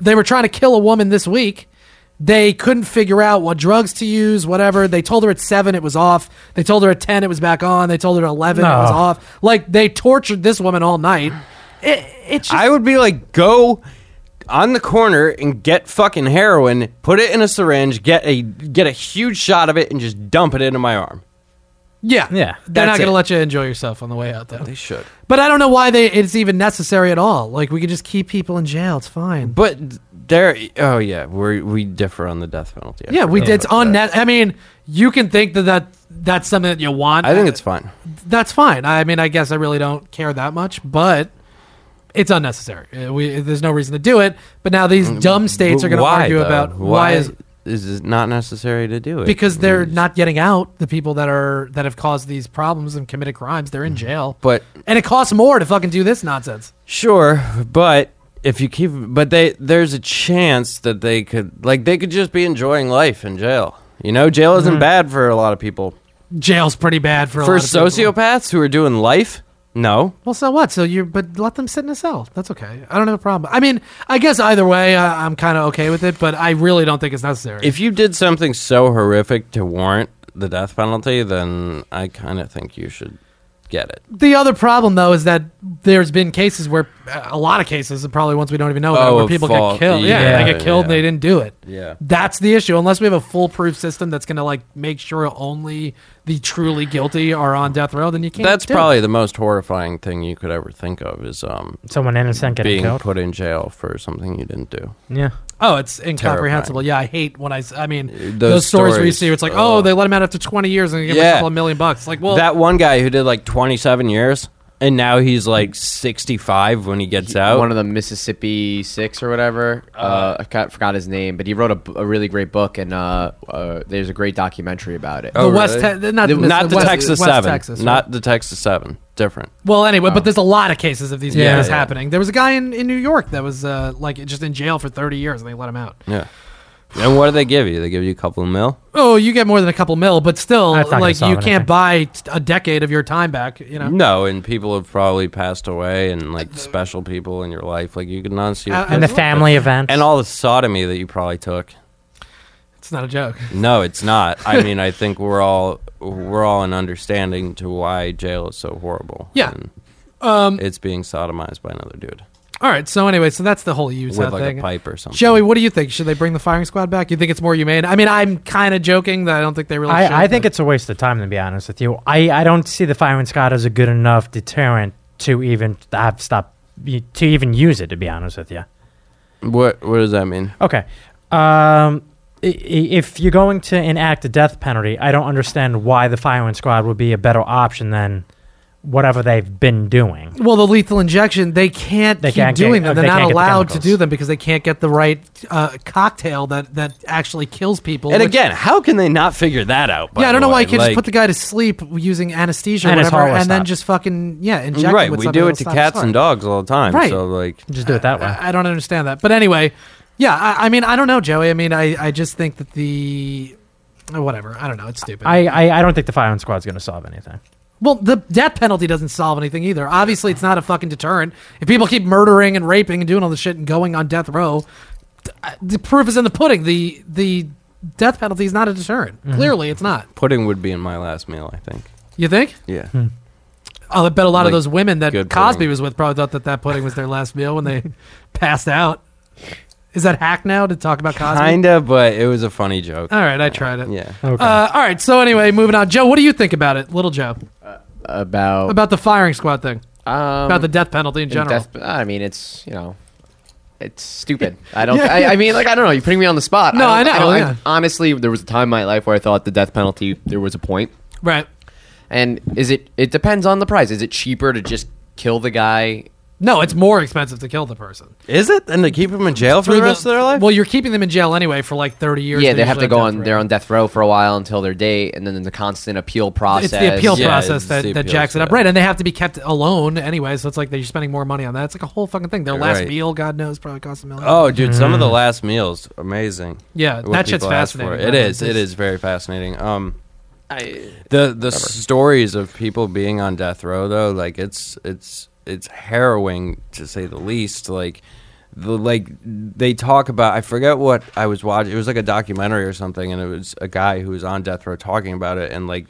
they were trying to kill a woman this week. They couldn't figure out what drugs to use, whatever. They told her at seven it was off. They told her at ten it was back on. They told her at eleven it was
No.
off. Like they tortured this woman all night. It, it's just,
I would be like, go on the corner and get fucking heroin, put it in a syringe, get a get a huge shot of it, and just dump it into my arm.
yeah,
Yeah,
They're not
that's
going to
it.
let you enjoy yourself on the way out, though. They
should.
But I don't know why they it's even necessary at all. Like we could just keep people in jail. It's fine.
But there, oh yeah, we we differ on the death penalty. I
yeah, we
forgot
did. It's
about that.
unnet. I mean, you can think that, that that's something that you want.
I think it's fine.
that's fine. I mean, I guess I really don't care that much, but it's unnecessary. Uh, We, there's no reason to do it. But now these dumb states are going to
Mm, Why,
argue
though?
about why,
Why-
is
is it not necessary to do it
because they're not getting out. The people that are that have caused these problems and committed crimes, they're in jail.
Mm-hmm. But
and it costs more to fucking do this nonsense.
Sure, but if you keep, but they there's a chance that they could like they could just be enjoying life in jail. You know, jail isn't
Mhm.
bad for a lot of people.
Jail's pretty bad for a
for
lot of people.
sociopaths who are doing life. No,
Well, so what? So you, but let them sit in a cell. That's okay. I don't have a problem. I mean, I guess either way, I, I'm kind of okay with it, but I really don't think it's necessary.
if you did something so horrific to warrant the death penalty, then I kind of think you should get it.
The other problem, though, is that there's been cases where, uh, a lot of cases, and probably ones we don't even know about,
Oh,
where
of
people
fault.
get killed. Yeah,
Yeah,
they get killed and
yeah.
they didn't do it.
Yeah.
That's the issue. Unless we have a foolproof system that's going to like make sure only the truly guilty are on death row, then you can't.
That's
do
probably
it.
the most horrifying thing you could ever think of is um
Someone innocent getting
being
killed.
put in jail for something you didn't do.
Yeah.
Oh, it's incomprehensible. Yeah, I hate when I. s- I mean, those, stories, we
Uh, stories,
see, it's like,
oh.
oh, they let him out after 20 years and they give him a
Yeah.
couple of million bucks. Like, well,
that one guy who did like 27 years and now he's like 65 when he gets out.
One of the Mississippi Six or whatever. Uh, I got- forgot his name, but he wrote a, b- a really great book, and uh, uh, there's a great documentary about it.
The Oh, West really? Te- not the Miss-
not
the
the
West-
Texas
West
7.
Texas, right?
Not the Texas 7. Different.
Well, anyway, but there's a lot of cases of these
Yeah,
things
yeah.
happening. There was a guy in, in New York that was uh, like just in jail for 30 years and they let him out.
Yeah. And what do they give you? They give you a couple of mil?
Oh, you get more than a couple mil, but still,
That's not gonna
like
solve
you can't
anything.
buy t- a decade of your time back. You know,
No, and people have probably passed away, and like special people in your life, like you can not see.
Uh, And the family
events.
and all the sodomy that you probably took.
it's not a joke.
No, it's not. I mean, I think we're all we're all an understanding to why jail is so horrible.
Yeah.
And
Um,
it's being sodomized by another dude.
All right. So anyway, so that's the whole Utah
With, like, a
thing.
pipe or something.
Joey, what do you think? Should they bring the firing squad back? You think it's more humane? I mean, I'm kind of joking that I don't think they really. should,
I, I
but-
think it's a waste of time to be honest with you. I, I don't see the firing squad as a good enough deterrent to even have stop to even use it. To be honest with you.
What What does that mean?
Okay. Um, i- i- if you're going to enact the death penalty, I don't understand why the firing squad would be a better option than whatever they've been doing.
Well, the lethal injection, they can't
They
keep
can't get-
doing them. They're
they can't
not
get the
allowed to
chemicals.
do them because they can't get the right uh, cocktail that, that actually kills people.
And
which-
again, how can they not figure that out? by
yeah, I don't know
the
why
way?
you can't
Like-
just put the guy to sleep using anesthesia or
And his
whatever,
heart will
and then
stop.
just fucking yeah, inject him
right.
with
We
something
do
that'll
it to
stop his
cats
heart.
and dogs all the time.
Right.
So like,
Just do it that way.
I don't understand that. But anyway, yeah, I, I mean, I don't know, Joey. I mean, I, I just think that the oh, whatever. I don't know. It's stupid.
I, I, I don't think the firing squad's going to solve anything.
well, the death penalty doesn't solve anything either. Obviously, it's not a fucking deterrent. If people keep murdering and raping and doing all this shit and going on death row, th- uh, the proof is in the pudding. The the death penalty is not a deterrent.
Mhm.
Clearly, it's not.
pudding would be in my last meal. I think.
You think?
Yeah.
Oh, I bet a lot of
Like,
those women that Cosby
good pudding.
was with probably thought that that pudding was their last meal when they passed out. Is that hack now to talk about Cosby?
Kinda, but it was a funny joke.
All right, I tried it.
Yeah.
Uh, all right. So anyway, moving on. Joe, what do you think about it, Little Joe,
about
about the firing squad thing,
um,
about the death penalty in
and
general?
death- I mean, it's you know, it's stupid. I don't. I, I mean, like I don't know. You're putting me on the spot.
No,
don't-
I know,
don't-
yeah.
honestly, there was a time in my life where I thought the death penalty. There was a point.
Right.
And is it? It depends on the price. Is it cheaper to just kill the guy?
No, it's more expensive to kill the person
Is it? And to keep him in jail for the rest of their life?
Well, you're keeping them in jail anyway for like 30 years.
yeah, they have to
usually
go
death
on.
row.
They're on death row for a while until their date, and then the constant appeal process.
It's the appeal
Yeah,
process
it's
that,
the
that
appeal
jacks it up,
process.
right? And they have to be kept alone anyway, so it's like they're spending more money on that. It's like a whole fucking thing. Their last
Right.
meal, God knows, probably cost a million.
Oh, dude, some of the last meals, amazing.
Mm. Yeah,
What
that shit's
people ask for.
fascinating,
It
man.
is. It is very fascinating. Um, the the stories of people being on death row though, like it's it's it's harrowing to say the least. Like the like they talk about. I forget what I was watching. It was like a documentary or something, and it was a guy who was on death row talking about it, and like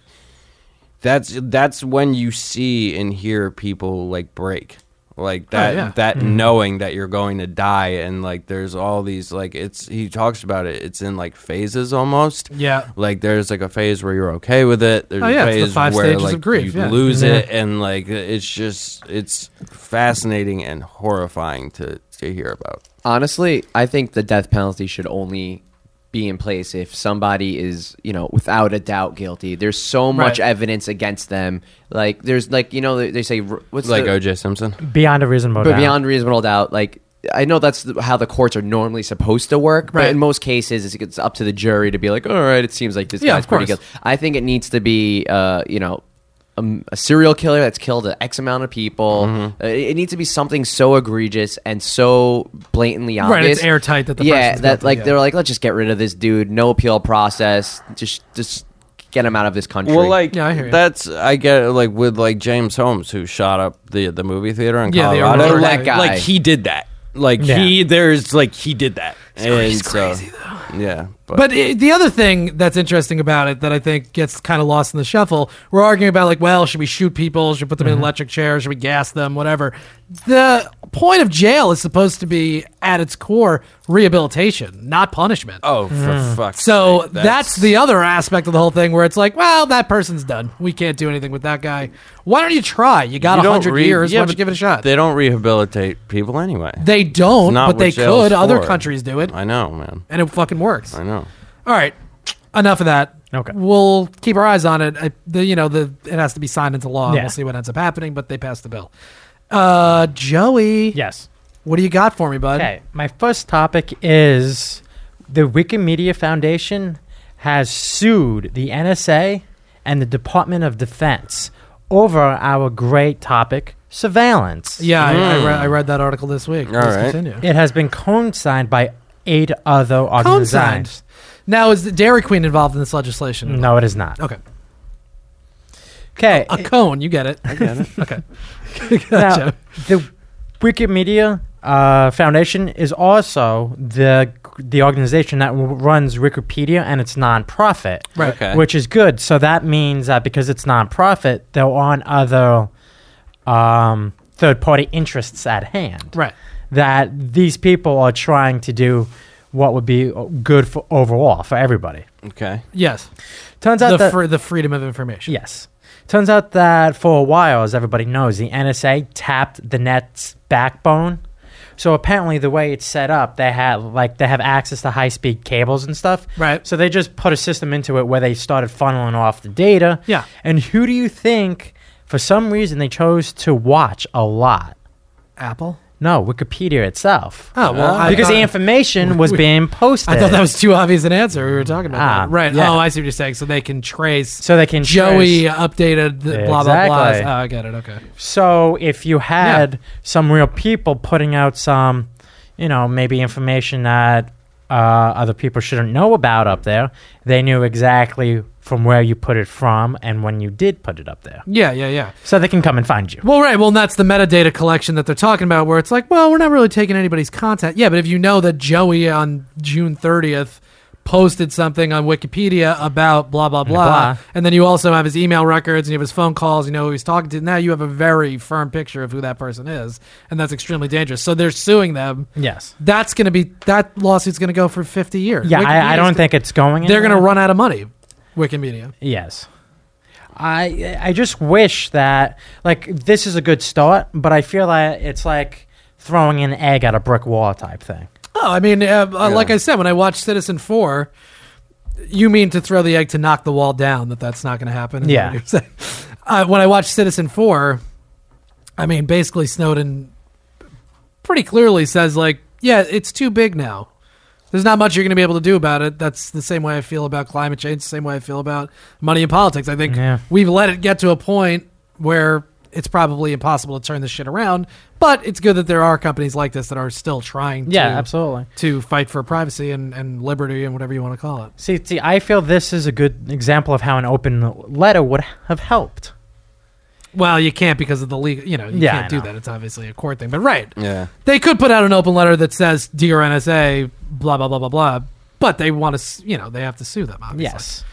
that's that's when you see and hear people like break like that
yeah.
that
Mhm.
knowing that you're going to die and like there's all these like it's he talks about it it's in like phases almost
Yeah.
like there's like a phase where you're okay with it there's
Oh, yeah,
a
it's the
phase
five
where
stages
like
of grief,
you
yeah. Mm-hmm.
lose
Yeah.
it and like it's just it's fascinating and horrifying to to hear about
Honestly, I think the death penalty should only be in place if somebody is, you know, without a doubt guilty. There's so much
Right.
evidence against them. Like there's like, you know, they they say r- what's
like
the,
oj simpson
Beyond a reasonable
but
doubt.
beyond reasonable doubt, like I know that's the- how the courts are normally supposed to work, but in most cases, it's- it's up to the jury to be like, all right, it seems like this
Yeah,
guy's
of
pretty
course.
good. I think it needs to be, uh, you know, a, a serial killer that's killed an X amount of people.
Mm-hmm.
Uh, it, it needs to be something so egregious and so blatantly obvious.
Right, it's airtight that the
yeah,
person's
that
guilty,
like
yeah.
they're like, let's just get rid of this dude. No appeal process. Just just get him out of this country.
Well, like that's I get it, like with like James Holmes who shot up the the movie theater in
Yeah, the
Colorado.
Aurora
like,
That guy.
like he did that. Like
Yeah.
he there's like he did that.
He's
And so- Yeah,
But, it, the other thing that's interesting about it that I think gets kind of lost in the shuffle, we're arguing about like, well, should we shoot people? Should we put them in
Mhm.
electric chairs? Should we gas them? Whatever. The point of jail is supposed to be at its core rehabilitation, not punishment.
Oh, for Mm. fuck's
Hmm. So
sake,
that's...
that's-
the other aspect of the whole thing where it's like, well, that person's done. We can't do anything with that guy. Why don't you try? You got
You
a
don't
hundred
re-
years.
yeah,
why don't you
but
give it a shot?
They don't rehabilitate people anyway.
They don't,
It's not
but they
what jail's
could. Other
for.
countries do it.
I know, man.
And it fucking works.
I know.
All right, enough of that.
Okay,
we'll keep our eyes on it. I, the, you know, the it has to be signed into law. and
Yeah.
We'll see what ends up happening, but they passed the bill. Uh, Joey.
Yes.
What do you got for me, bud?
Okay, my first topic is the Wikimedia Foundation has sued the NSA and the Department of Defense over our great topic, surveillance.
Yeah, I,
Hmm.
I, read, I read that article this week. Please continue.
It has been co-signed by eight other
Consigned.
organizations.
Now is the Dairy Queen involved in this legislation?
No, it is not.
Okay.
Okay.
A cone, you get it. I
get it.
okay.
Now, the Wikimedia uh, Foundation is also the the organization that w- runs Wikipedia and its nonprofit,
Right. Okay.
Which is good. So that means that because it's nonprofit, they're on other um, third party interests at hand,
Right.
That these people are trying to do what would be uh, good for overall for everybody.
Okay.
Yes.
Turns out
the
that-
fr- the freedom of information.
Yes. Turns out that for a while, as everybody knows, the NSA tapped the net's backbone. So apparently, the way it's set up, they have like they have access to high speed cables and stuff. Right. So they just put a system into it where they started funneling off the data.
Yeah.
And who do you think, for some reason, they chose to watch a lot?
Apple.
No, Wikipedia itself.
Oh well, I
because
thought-
the information was
We-
being posted.
I thought that was too obvious an answer. We were talking about
Ah,
that, right?
yeah.
Oh, I see what you're saying. So they can trace.
So they can
Joey
trace-
updated the blah blah blah.
Exactly.
Oh, I get it. Okay.
So if you had some real people putting out some, you know, maybe information that uh, other people shouldn't know about up there, they knew exactly from where you put it from and when you did put it up there.
Yeah, yeah, yeah.
So they can come and find you.
Well, right. Well, and that's the metadata collection that they're talking about, where it's like, well, we're not really taking anybody's content. Yeah, but if you know that Joey on June 30th posted something on Wikipedia about blah blah blah,
blah.
and then you also have his email records and you have his phone calls, you know who he's talking to. Now you have a very firm picture of who that person is, and that's extremely dangerous. So they're suing them.
Yes.
That's going to be that lawsuit's going to go for 50 years.
Yeah, I, I
Wikipedia's
don't
gonna-
think it's going.
they're going to
anywhere.
run out of money. Wikimedia.
Yes. I I just wish that like this is a good start, but I feel like it's like throwing an egg at a brick wall type thing.
Oh, I mean, uh, uh, like I said, when I watched Citizen Four, you mean to throw the egg to knock the wall down? That that's not going to happen. is
Yeah.
what you're saying. Uh, when I watched Citizen Four, I mean, basically Snowden pretty clearly says like, yeah, it's too big now. There's not much you're going to be able to do about it. That's the same way I feel about climate change. The same way I feel about money in politics. I think
Yeah.
we've let it get to a point where it's probably impossible to turn this shit around. But it's good that there are companies like this that are still trying.
Yeah,
to,
absolutely.
To fight for privacy and, and liberty and whatever you want to call it.
See, see, I feel this is a good example of how an open letter would have helped.
Well, you can't because of the legal. You know, you
Yeah, I
can't do
know.
that. It's obviously a court thing. But right,
Yeah.
they could put out an open letter that says, "Dear NSA," blah blah blah blah blah. But they want to, you know, they have to sue them. Obviously.
Yes.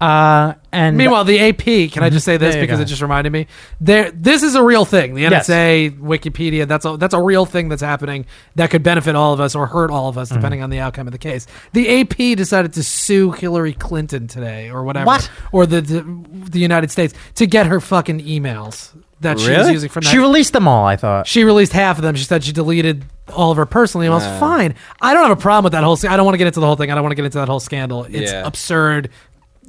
Uh, and
Meanwhile, the AP. Can I just say this
There you
because
go.
it just reminded me? There, this is a real thing. The
Yes.
NSA, Wikipedia. That's a that's a real thing that's happening that could benefit all of us or hurt all of
Mm-hmm.
us depending on the outcome of the case. The AP decided to sue Hillary Clinton today or whatever,
What?
or the the, the United States to get her fucking emails that she was
Really?
using from that
She released them all. I thought.
she released half of them. She said she deleted all of her personal emails.
Yeah.
Fine. I don't have a problem with that whole thing. I don't want to get into the whole thing. I don't want to get into that whole scandal. It's
Yeah.
absurd.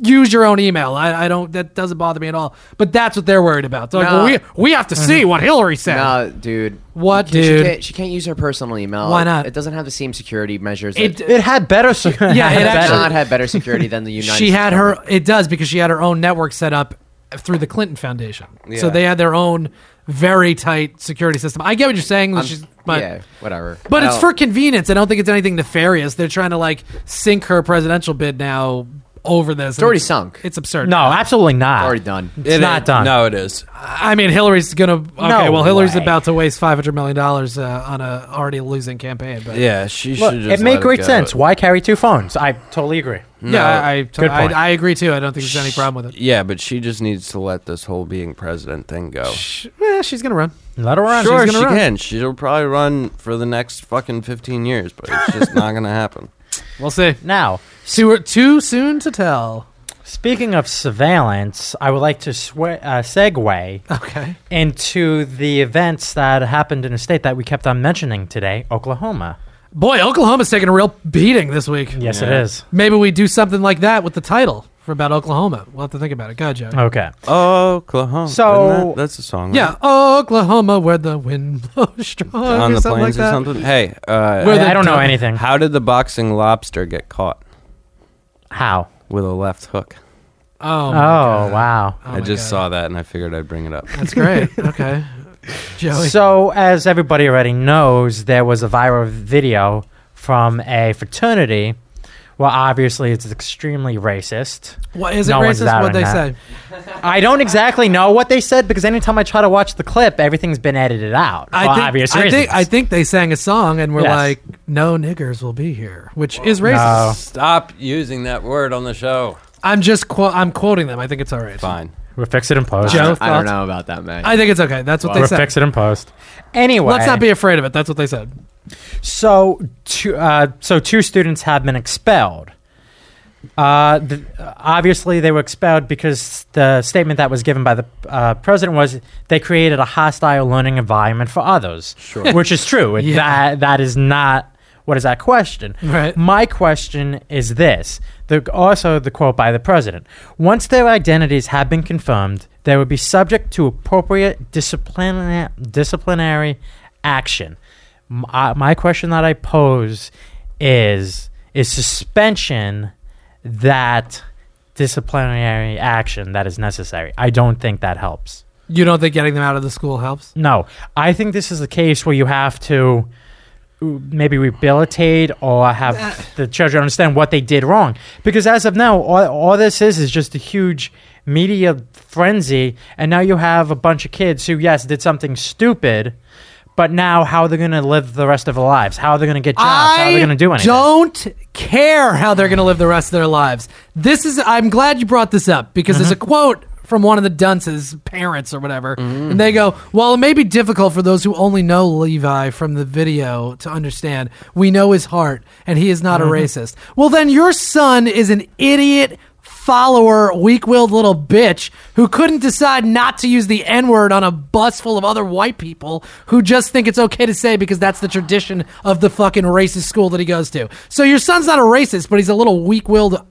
use your own email. I, I don't. That doesn't bother me at all. But that's what they're worried about. They're like,
No.
well, we we have to see what Hillary said.
No, dude.
What,
She
dude?
can't, she can't use her personal email.
Why
not? It doesn't have the same security measures.
It-
that-
It had better. sec-
Yeah, it
it does
actually-
not have better security than the United.
she had
States
her. It does because she had her own network set up through the Clinton Foundation. So
Yeah.
they had their own very tight security system. I get what you're saying.
government.
which is-
I'm-
but
yeah, whatever. Oh,
But
I
it's
don't-
for convenience. I don't think it's anything nefarious. They're trying to like sink her presidential bid now over this.
It's already sunk.
It's absurd.
No, absolutely not.
already done.
It's not done.
No, it is.
I mean Hillary's gonna. Okay,
No
well Hillary's
way.
about to waste five hundred million dollars uh, on a already losing campaign. But
Yeah, she
Look,
should.
it
just
made
let
great
go.
sense. Why carry two phones? I totally agree.
yeah, I I,
Good
I,
point.
I agree too. I don't think there's any problem with it.
Yeah, but she just needs to let this whole being president thing go.
Sh- eh, she's gonna run.
Let her run.
Sure,
she's
she
gonna run.
can. She'll probably run for the next fucking 15 years, but it's just not going to happen.
We'll see.
Now,
Too too soon to tell.
speaking of surveillance, I would like to swe- uh, segue
Okay.
into the events that happened in a state that we kept on mentioning today, Oklahoma.
Boy, Oklahoma's taking a real beating this week.
Yes, it is.
Maybe we do something like that with the title for about Oklahoma. We'll have to think about it. Go, ahead, Joe.
Okay.
Oklahoma.
So-
Isn't that- that's a song. right?
Yeah, Oklahoma, where the wind blows strong,
on
or
the
something
plains
like that.
or something. Hey, uh,
Where
I,
the-
I don't know anything.
how did the boxing lobster get caught
How?
with a left hook?
Oh,
Oh,
my God.
wow.
Oh my
I just
God.
saw that and I figured I'd bring it up.
That's great. Okay, Joey.
So, as everybody already knows, there was a viral video from a fraternity. Well, obviously, it's extremely racist.
what is it
no one's
racist?
out
What
on
they
that.
say?
I don't exactly know what they said because anytime I try to watch the clip, everything's been edited out. for
I
obvious
think, I
reasons.
think I think they sang a song and were
Yes.
like, "No niggers will be here," which is
No.
racist.
Stop using that word on the show.
I'm just qu- I'm quoting them. I think it's all right.
Fine.
We'll fix it in post.
I don't-
Joe,
I don't
thoughts?
know about that, man.
I think it's okay. That's what
We'll
they said.
fix it in post. Anyway,
Let's not be afraid of it. That's what they said.
So, two, uh, so two students have been expelled. Uh, the, obviously, they were expelled because the statement that was given by the uh, president was they created a hostile learning environment for others, sure. which is true. It-
Yeah.
That that is not what is that question.
Right.
My question is this: the, also the quote by the president. Once their identities have been confirmed, they would be subject to appropriate disciplinary disciplinary action. My, my question that I pose is: is suspension that disciplinary action that is necessary? I don't think that helps.
You don't think getting them out of the school helps?
No, I think this is a case where you have to maybe rehabilitate or
Uh.
have the children understand what they did wrong. Because as of now, all, all this is is just a huge media frenzy, and now you have a bunch of kids who, yes, did something stupid. But now, how they're going to live the rest of their lives? How they're going to get jobs? how they're going to do anything?
don't care how they're going to live the rest of their lives. This is. I'm glad you brought this up because there's a
Mm-hmm.
quote from one of the dunces' parents or whatever,
Mm-hmm.
and they go, "While it may be difficult for those who only know Levi from the video to understand, we know his heart, and he is not
Mm-hmm.
a racist." Well, then your son is an idiot. Follower, weak willed little bitch who couldn't decide not to use the N word on a bus full of other white people who just think it's okay to say because that's the tradition of the fucking racist school that he goes to. So your son's not a racist, but he's a little weak willed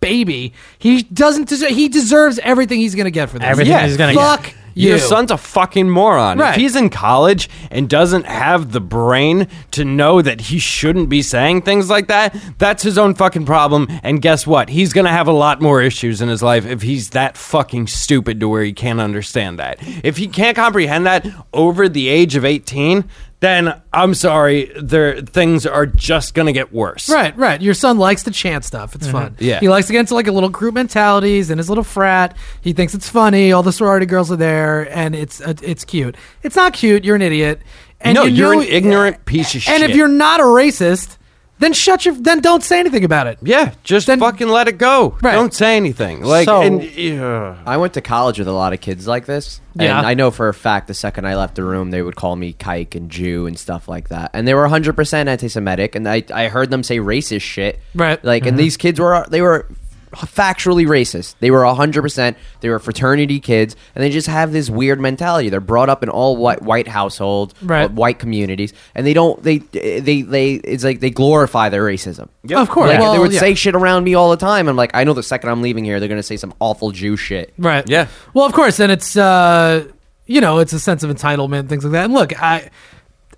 baby. He doesn't deserve, he deserves everything he's going to get for this.
Everything Yeah, he's gonna
fuck
get.
you.
Your son's a fucking moron.
Right.
If he's in college and doesn't have the brain to know that he shouldn't be saying things like that, that's his own fucking problem. And guess what? He's going to have a lot more issues in his life if he's that fucking stupid to where he can't understand that. If he can't comprehend that over the age of 18, then I'm sorry, there things are just going to get worse.
Right, right. Your son likes to chant stuff. It's fun.
Mm-hmm. Yeah.
He likes to get into like a little group mentalities in his little frat. He thinks it's funny. All the sorority girls are there, and it's uh, it's cute. It's not cute. You're an idiot. And
no,
you
you're
know-
an ignorant piece of shit.
And if you're not a racist, then shut your. Then don't say anything about it.
yeah, just
Then-
fucking let it go.
Right.
Don't say anything. Like,
So-
and, yeah.
I went to college with a lot of kids like this.
Yeah.
And I know for a fact the second I left the room, they would call me kike and Jew and stuff like that. And they were 100% anti Semitic. And I, I heard them say racist shit.
Right.
Like, and these kids were, they were factually racist. They were 100%. They were fraternity kids, and they just have this weird mentality. They're brought up in all white, white households,
Right.
uh, white communities, and they don't, they, they, they, it's like they glorify their racism.
Yep. Of course.
Like,
Well,
they would
yeah.
say shit around me all the time. I'm like, I know the second I'm leaving here, they're going to say some awful Jew shit.
Right. Yeah. Well, of course, and it's uh, you know, it's a sense of entitlement, things like that. And look, I,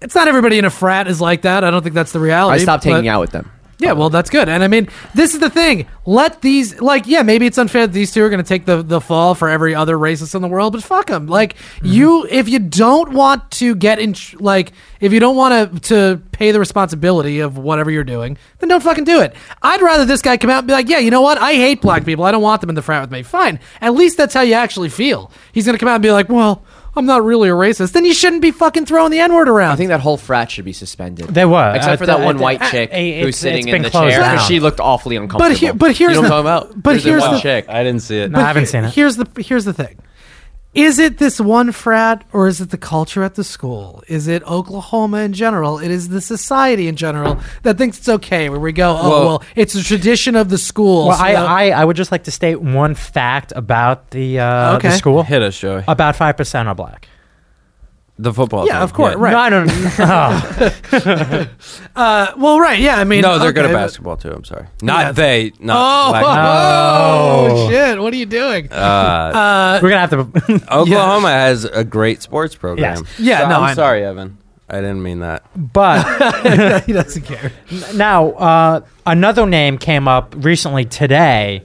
it's not everybody in a frat is like that. I don't think that's the reality.
I stopped
but-
hanging out with them.
Yeah, well, that's good. And I mean, this is the thing. Let these, like, yeah, maybe it's unfair that these two are going to take the, the fall for every other racist in the world, but fuck them. Like, you, if you don't want to get in, tr- like, if you don't want to, to pay the responsibility of whatever you're doing, then don't fucking do it. I'd rather this guy come out and be like, yeah, you know what? I hate black people. I don't want them in the frat with me. Fine. At least that's how you actually feel. He's going to come out and be like, well, I'm not really a racist. Then you shouldn't be fucking throwing the N word around.
I think that whole frat should be suspended.
They were.
Except
Uh,
for that
th-
one
th-
white
uh,
chick
uh, it's-
who's sitting
it's
in
been
the
closed
chair.
down.
She looked awfully uncomfortable.
But here- but here's
you know
the-
what I'm talking about.
but
There's that
here's
one
the-
chick.
I didn't see it.
But he- Here's the here's the thing. Is it this one frat or is it the culture at the school? Is it Oklahoma in general? It is the society in general that thinks it's okay where we go, oh, well,
Well-
it's a tradition of the school.
Well,
so
I,
that-
I, I would just like to state one fact about the, uh,
Okay.
the school.
Hit us, Joey.
About 5% are black.
The football.
Uh, yeah, of course, right.
No, no, no. Oh.
uh, well, right, yeah, I mean.
no, they're good
okay,
at
but-
basketball too. I'm sorry. Not they. Not
Oh,
black.
oh, shit, what are you doing? Uh,
We're going to have to.
Oklahoma has a great sports program.
Yes. Yeah,
So
no, I
I'm
know.
sorry, Evan. I didn't mean that.
But
he doesn't care.
Now, uh, another name came up recently today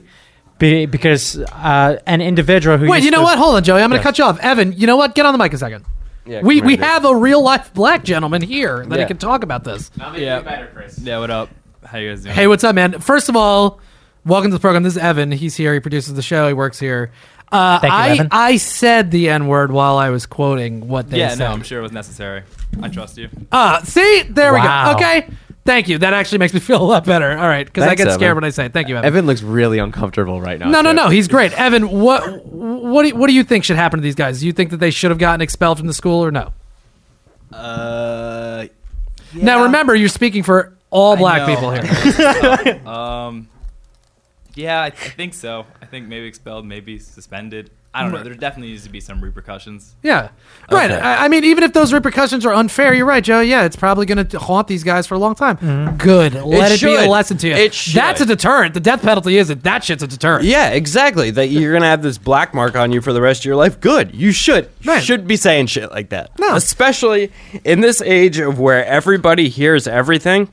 be, because uh, an individual who.
Wait,
used
you know
to-
what? Hold on, Joey. I'm going to
Yeah.
cut you off. Evan, you know what? Get on the mic a second.
Yeah,
we
come
we
here, dude.
have a real life black gentleman here that
Yeah.
can talk about this.
yeah. better, Chris. Yeah, what up? How you guys doing?
Hey, what's up, man? First of all, welcome to the program. This is Evan. He's here. He produces the show. He works here. Uh,
Thank you,
I
Evan.
I said the N word while I was quoting what they
Yeah,
said.
no, I'm sure it was necessary. I trust you.
Ah, see, there
Wow.
we go. Okay, thank you. That actually makes me feel a lot better. All right, because I
Thanks,
get scared
Evan.
when I say it. Thank you, Evan.
Evan looks really uncomfortable right now.
no, no,
too.
no. He's great, Evan. What what do you, what do you think should happen to these guys? Do you think that they should have gotten expelled from the school or no?
Uh,
Now remember, you're speaking for all black
know.
people here.
um, yeah, I, I think so. I think maybe expelled, maybe suspended. I don't know. There definitely needs to be some repercussions.
Yeah. Right.
Okay.
I, I mean, even if those repercussions are unfair, you're right, Joe. Yeah, it's probably going to haunt these guys for a long time. Good. Let it, be a
should.
lesson to you.
It should.
That's a deterrent. The death penalty isn't. That shit's a deterrent.
Yeah, exactly. That you're gonna have this black mark on you for the rest of your life. Good. You should should be saying shit like that. No, especially in this age of where everybody hears everything.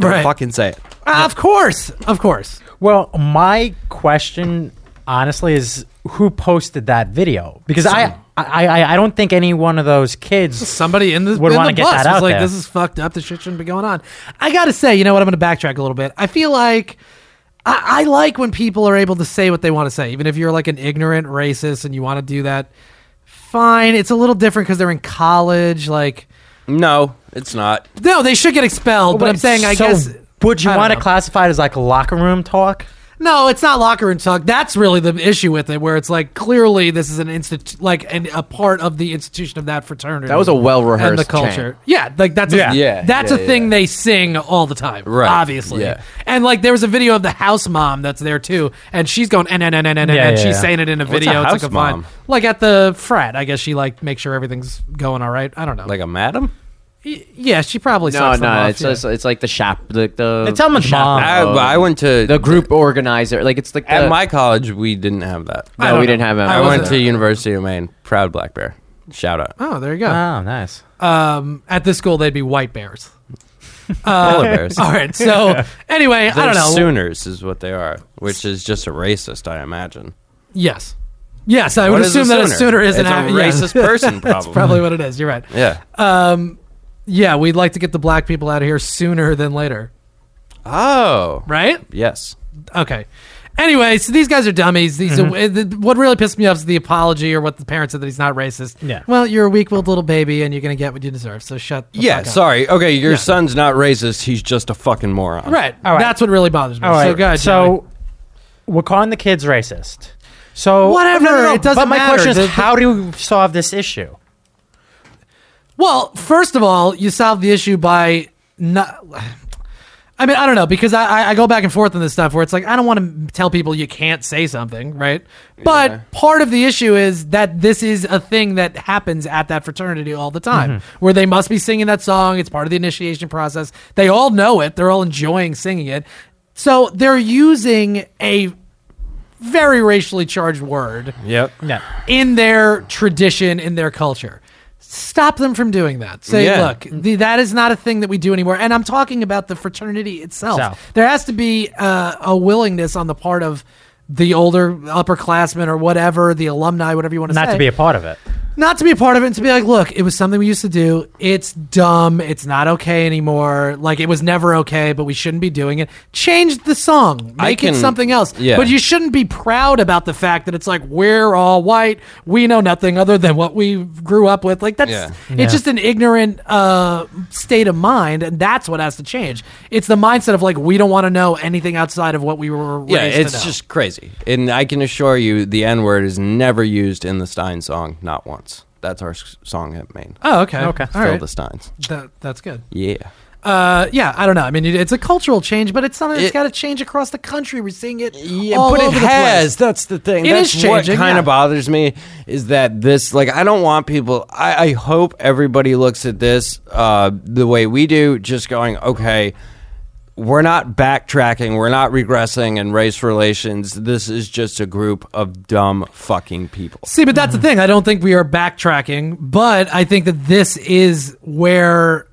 Don't
Right.
fucking say it.
Of course. Of course.
Well, my question, honestly, is who posted that video? Because I, I, I, I don't think any one of those kids.
Somebody in the
would
in
want to
the
get
bus
that
was
out
like,
there.
this is fucked up. This shit shouldn't be going on. I got to say, you know what? I'm going to backtrack a little bit. I feel like I, I like when people are able to say what they want to say, even if you're like an ignorant racist and you want to do that. Fine. It's a little different because they're in college. Like,
no, it's not.
No, they should get expelled. but I'm saying, I
So
guess.
Would you
I don't
want to
know.
classify it as like locker room talk?
No, it's not locker room talk. That's really the issue with it, where it's like clearly this is an institute, like an, a part of the institution of that fraternity.
That was a well-rehearsed
and the culture. Yeah, like that's
Yeah.
a,
Yeah,
that's
yeah,
a thing they sing all the time,
Right.
Obviously,
Yeah.
and like there was a video of the house mom that's there too, and she's going and and and and and
Yeah,
and
yeah,
she's
yeah.
saying it in a
What's a
video.
house
it's like a fine-
mom?
like at the frat. I guess she like makes sure everything's going all right. I don't know,
like a madam.
Yeah, she probably
No,
sucks them
no,
off,
it's
yeah.
just, it's like the shop, the, the
It's someone's
the shop-
mom. I- but I went to
the group organizer. Like it's like
At
the-
my college, we didn't have that.
No, I don't we know. didn't have that. I
I, went
wasn't-
to University of Maine. Proud black bear. Shout out.
Oh, there you go.
Oh, nice.
Um, at this school, they'd be white bears.
Polar bears.
All right. So anyway, uh, I
They're
don't know.
Sooners is what they are, which is just a racist, I imagine.
Yes. Yes, I
What
would
is a
assume that a
Sooner?
sooner isn't
It's a
hap- yeah.
racist person,
That's
probably.
probably what it is. You're right.
Yeah.
Um, yeah, we'd like to get the black people out of here sooner than later.
Oh.
Right?
Yes.
Okay. Anyway, so these guys are dummies. These
Mhm.
uh, the- what really pissed me off is the apology or what the parents said that he's not racist.
Yeah.
Well, you're a weak-willed little baby, and you're gonna get what you deserve. So shut. The
Yeah,
fuck up.
sorry. Okay, your
Yeah.
son's not racist. He's just a fucking moron.
Right. That's what really bothers me.
All right.
So go ahead, Joey.
So we're calling the kids racist. So
Whatever,
No, no, no,
it doesn't
But my
matter.
question is,
The- the-
how do we solve this issue?
Well, first of all, you solve the issue by not. I mean, I don't know because I, I- I go back and forth on this stuff where it's like I don't want to tell people you can't say something, right? But part of the issue is that this is a thing that happens at that fraternity all the time,
Mhm.
where they must be singing that song. It's part of the initiation process. They all know it. They're all enjoying singing it. So they're using a very racially charged word
Yep.
Yeah.
in their tradition, in their culture. Stop them from doing that. Say,
Yeah. Mm.
look, the, that is not a thing that we do anymore. And I'm talking about the fraternity itself.
So.
There has to be uh, a willingness on the part of the older upperclassmen or whatever, the alumni, whatever you want to say
Not to be a part of it.
not to be a part of it and to be like, look, it was something we used to do. It's dumb. It's not okay anymore. Like it was never okay, but we shouldn't be doing it. Change the song.
I
Make
can-
it something else.
yeah.
But you shouldn't be proud about the fact that it's like we're all white. We know nothing other than what we grew up with. Like that's
Yeah.
it's
Yeah.
just an ignorant uh, state of mind, and that's what has to change. It's the mindset of like we don't want to know anything outside of what we were raised
Yeah,
to
it's
know.
just crazy. And I can assure you, the N word is never used in the Stein song, not once. That's our s- song at Maine.
Oh, okay. Okay.
Phil
All right.
the Steins.
That- that's good.
Yeah.
Uh, yeah, I don't know. I mean, it- it's a cultural change, but it's something that's got to change across the country. We're seeing it all
but
over
it
the place.
has. That's the thing.
It
That's
is
what
changing,
kind
yeah.
of bothers me is that this. Like, I don't want people. I, I hope everybody looks at this uh, the way we do, just going, okay. We're not backtracking. We're not regressing in race relations. This is just a group of dumb fucking people.
See, but that's the thing. I don't think we are backtracking, but I think that this is where,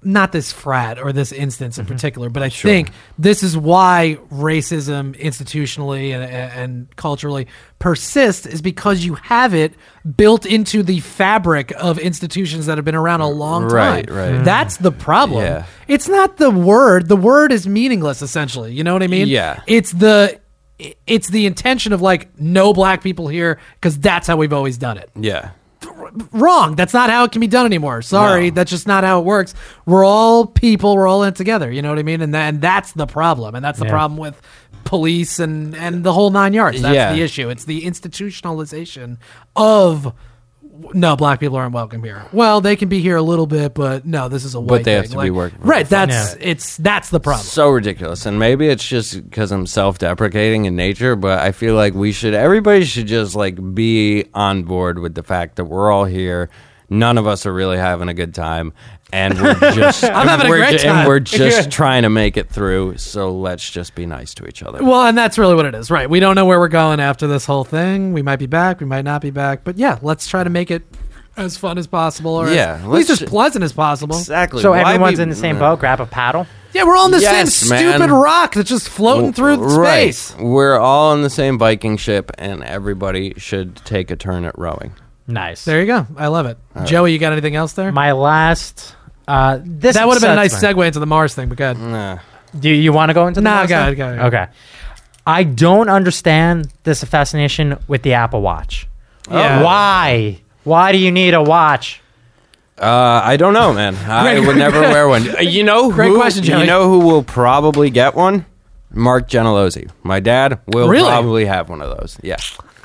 not this frat or this instance in
Mm-hmm.
particular, but I
Sure.
think this is why racism institutionally and, and culturally persists is because you have it built into the fabric of institutions that have been around a long time.
Right, right.
That's the problem.
Yeah.
It's not the word. The word is meaningless, essentially. You know what I mean?
Yeah.
It's the it's the intention of like no black people here because that's how we've always done it.
Yeah.
Wrong. That's not how it can be done anymore. Sorry, that's just not how it works. We're all people. We're all in it together. You know what I mean? And that, and that's the problem. And that's the
Yeah.
problem with police and and the whole nine yards. That's
Yeah.
the issue. It's the institutionalization of no black people aren't welcome here. Well, they can be here a little bit, but no, this is a
But
white
they have
thing.
to be
Like-
working for
Right.
the fund.
That's it's that's the problem.
So ridiculous. And maybe it's just because I'm self deprecating in nature, but I feel like we should, everybody should just like be on board with the fact that we're all here. None of us are really having a good time. And we're just,
I'm having a
we're
great
And
time.
we're just
Yeah.
trying to make it through. So let's just be nice to each other.
Well, and that's really what it is, right? We don't know where we're going after this whole thing. We might be back, we might not be back, but yeah, let's try to make it as fun as possible, or
Yeah,
as, at
let's
least as
ju-
pleasant as possible.
Exactly.
So everyone's in the
Mm.
same boat. Grab a paddle.
Yeah, we're all on the
Yes,
same
man.
stupid rock that's just floating through
Oh, Right.
space.
We're all on the same Viking ship, and everybody should take a turn at rowing.
Nice.
There you go. I love it.
All right.
Joey, you got anything else there?
My last. Uh, this
that would have been a nice
upsets me.
segue into the Mars thing, but go ahead.
Mm.
Do you want to go into the
Nah,
Mars
go
thing?
ahead, go ahead.
Okay. I don't understand this fascination with the Apple Watch.
Yeah.
Why? Why do you need a watch?
Uh, I don't know, man. I
Great-
would never wear one. Uh, You know,
Great
who,
question, Joey.
You know who will probably get one? Mark Genelosi. My dad will
Really?
probably have one of those. Yeah.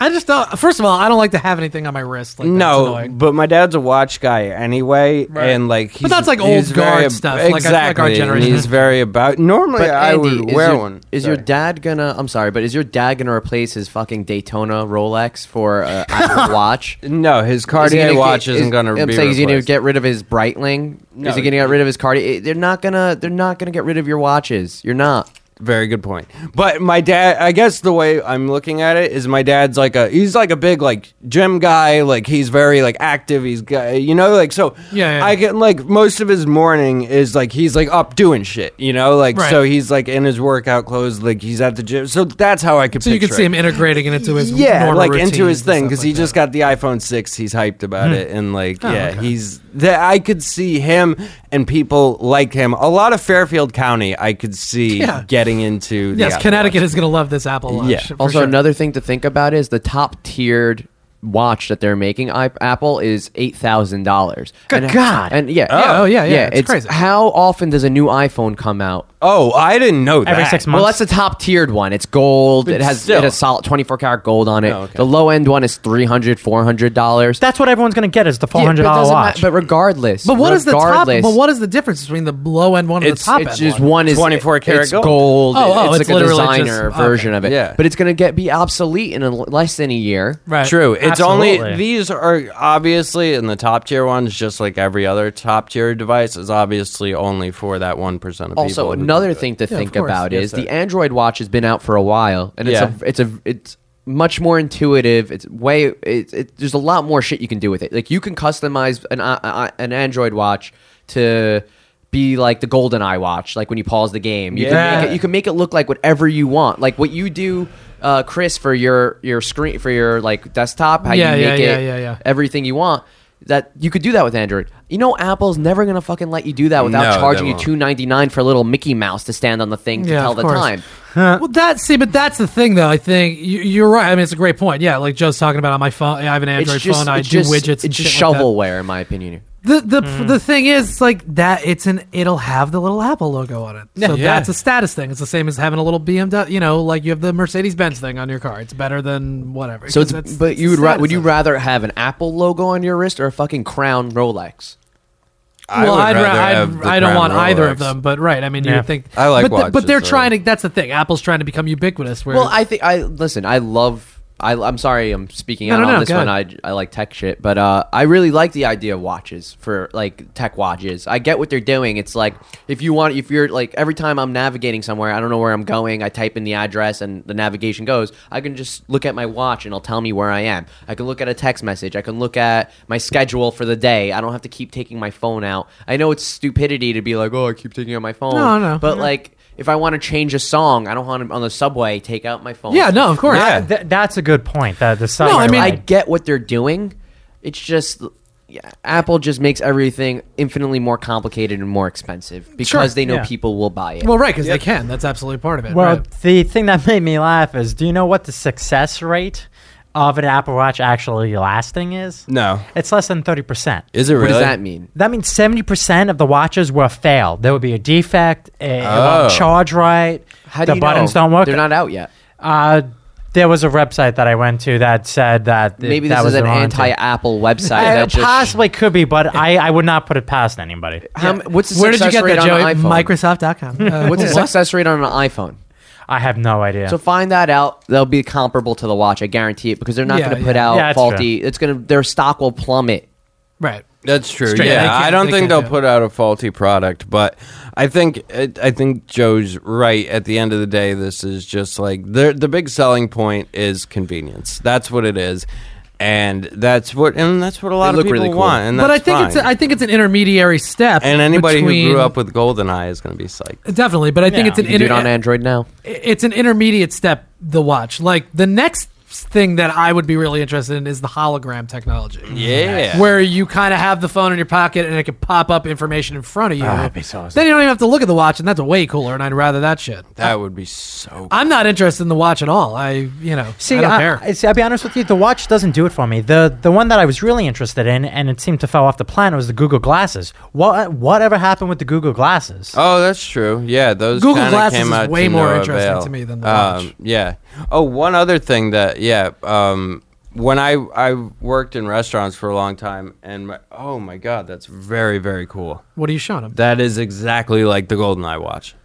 I just don't. First of all, I don't like to have anything on my wrist. Like that's
no,
annoying.
but my dad's a watch guy anyway,
Right.
and like,
But
he's,
that's, like, old
he's
guard
very ab-
stuff, like, I feel
Exactly.
like our
and
generation-
He's very about. Normally,
But
I would
Andy,
wear
is your,
one.
Is your dad gonna? I'm sorry, but is your dad gonna replace his fucking Daytona Rolex for uh, Apple Watch?
No, his Cartier watch isn't gonna
I'm
be
saying he's gonna
replaced.
get rid of his Breitling.
No.
Is he gonna get rid of his Cartier? They're not gonna. They're not gonna get rid of your watches. You're not.
Very good point. But my dad, I guess the way I'm looking at it is my dad's like a he's like a big like gym guy. Like he's very like active. He's got you know like so
Yeah, yeah.
I can like most of his morning is like he's like up doing shit. You know like
Right.
so he's like in his workout clothes. Like he's at the gym. So that's how I could.
So you can
picture
see
it.
him integrating it into his
yeah
normal
like
routines
into his
and
thing
stuff
because
like
he just got the iPhone six. He's hyped about
Hmm.
it and like
Oh,
yeah
okay.
he's that I could see him and people like him. A lot of Fairfield County I could see
Yeah.
getting into.
that.
the
Yes,
Apple
Connecticut is going to love this Apple Watch. for
Also,
sure.
another thing to think about is the top tiered watch that they're making I, Apple is eight thousand dollars.
Good
and,
God.
And yeah,
Oh. Yeah, oh, yeah, yeah, it's crazy.
How often does a new iPhone come out?
Oh, I didn't know that.
Every six
Well, that's the top tiered one. It's gold. It has it has solid 24 karat gold on it.
Oh,
The low end one is 300 400 dollars.
That's what everyone's going to get is the four hundred dollar watch.
but regardless,
But what is the top?
regardless,
But what is the difference between the low end one and the
It's,
top
it's
end
just
one?
one is
24 karat
it's
gold.
gold.
Oh, oh,
it's,
it's
like a
literally
designer
just- okay.
version of it.
Yeah.
But it's going to get be obsolete in a, l- less than a year.
True. It's only these are obviously in the top tier ones, just like every other top tier device, is obviously only for that one percent of people.
Also,
who
another
do it.
thing to
Yeah, of
think
course.
about
Yes,
is
sir.
the Android watch has been out for a while, and
Yeah.
it's a, it's a it's much more intuitive. It's way it, it, there's a lot more shit you can do with it. Like you can customize an uh, uh, an Android watch to be like the golden eye watch like when you pause the game you,
Yeah.
can, make it, you can make it look like whatever you want like what you do uh, chris for your your screen for your like desktop how
Yeah,
you
yeah,
make
yeah,
it
yeah, yeah.
everything you want that you could do that with android you know apple's never gonna fucking let you do that
No,
without
they
charging you
won't.
two 299 for a little Mickey Mouse to stand on the thing to
Yeah,
tell
of
the
course.
time.
well, that see, but that's the thing, though. I think you, you're right. I mean, it's a great point. Yeah, like Joe's talking about on my phone. I have an Android
it's just,
phone. I
it's
do
just,
widgets. and
It's just
shit like that.
shovelware, in my opinion.
The the the thing is it's like that. It's an it'll have the little Apple logo on it. So
Yeah.
that's a status thing. It's the same as having a little BMW. You know, like you have the Mercedes Benz thing on your car. It's better than whatever.
So, it's,
'cause that's-
but
it's
you
a
would ra-
status
would you
thing.
rather have an Apple logo on your wrist or a fucking crown Rolex?
I
well,
would
I'd ra-
rather
I'd-
have the
I don't
Crown
want either of
Rolex.
them. But right, I mean, you
Yeah.
would think
I like
but the-
watches,
but they're
so-
trying to. That's the thing. Apple's trying to become ubiquitous. Where
Well, I think I listen. I love. I, I'm sorry, I'm speaking
No,
out
no,
on
no,
this
go
one. I, I like tech shit, but uh, I really like the idea of watches for like tech watches. I get what they're doing. It's like if you want, if you're like every time I'm navigating somewhere, I don't know where I'm going. I type in the address and the navigation goes. I can just look at my watch and it'll tell me where I am. I can look at a text message. I can look at my schedule for the day. I don't have to keep taking my phone out. I know it's stupidity to be like, oh, I keep taking out my phone.
No, no,
but
no.
like. If I want to change a song, I don't want to on the subway take out my phone.
Yeah, no, of course.
That- th- that's a good point. The, the
No, I mean, I
I,
get what they're doing. It's just yeah, Apple just makes everything infinitely more complicated and more expensive because
Sure,
they know
yeah.
people will buy it.
well, right, because they can. That's absolutely part of it.
well,
right.
the thing that made me laugh is, do you know what the success rate of an Apple Watch actually lasting is?
No.
It's less than thirty percent.
Is it
What
really?
does that mean?
That means seventy percent of the watches were failed. There would be a defect. It, it
Oh.
won't charge right.
How do
the
you
buttons
know?
don't work.
They're not out yet.
Uh, there was a website that I went to that said that it-
Maybe
that
this
was
is an
warranty.
anti-Apple website.
Uh,
that just,
possibly could be, but I, I would not put it past anybody.
how, what's the
Where did
success
you get
rate
that,
on
Joey?
an iPhone?
Microsoft.com. Uh,
what's the
what?
success rate on an iPhone?
I have no idea.
So find that out. They'll be comparable to the watch. I guarantee it because they're not
Yeah,
going to put
yeah.
out
Yeah, that's
faulty. It's going to their stock will plummet.
Right.
That's true.
Straight- they
yeah,
can't-
I don't
they
think
can't
they'll
do it.
put out a faulty product, but I think I think Joe's right. At the end of the day, this is just like the the big selling point is convenience. That's what it is, and that's what and that's what a lot of
look
people
really cool.
want. And
But I
that's
think it's
fine.
a, I think it's an intermediary step.
and anybody
between-
who grew up with GoldenEye is going to be psyched.
definitely, but I think
Yeah.
it's an
You do it
inter-
on Android now.
it's an intermediate step. The watch, like the next thing that I would be really interested in, is the hologram technology.
Yeah.
Where you kind of have the phone in your pocket and it can pop up information in front of
Ah,
you. Then you don't even have to look at the watch, and that's way cooler. And I'd rather that shit.
That would be so.
I'm not interested in the watch at all. I, you know,
See,
I don't
I
care.
I- see, I'll be honest with you. The watch doesn't do it for me. the The one that I was really interested in, and it seemed to fall off the planet, was the Google Glasses. What whatever happened with the Google Glasses?
Oh, that's true. Yeah, those
Google
kinda
Glasses
came
is
out
way
to
more
no
interesting
avail.
to me than the
Um,
watch.
yeah. Oh, one other thing that yeah. Um, when I I worked in restaurants for a long time, and my, oh my god, that's very very cool.
what are you showing them?
That is exactly like the GoldenEye watch.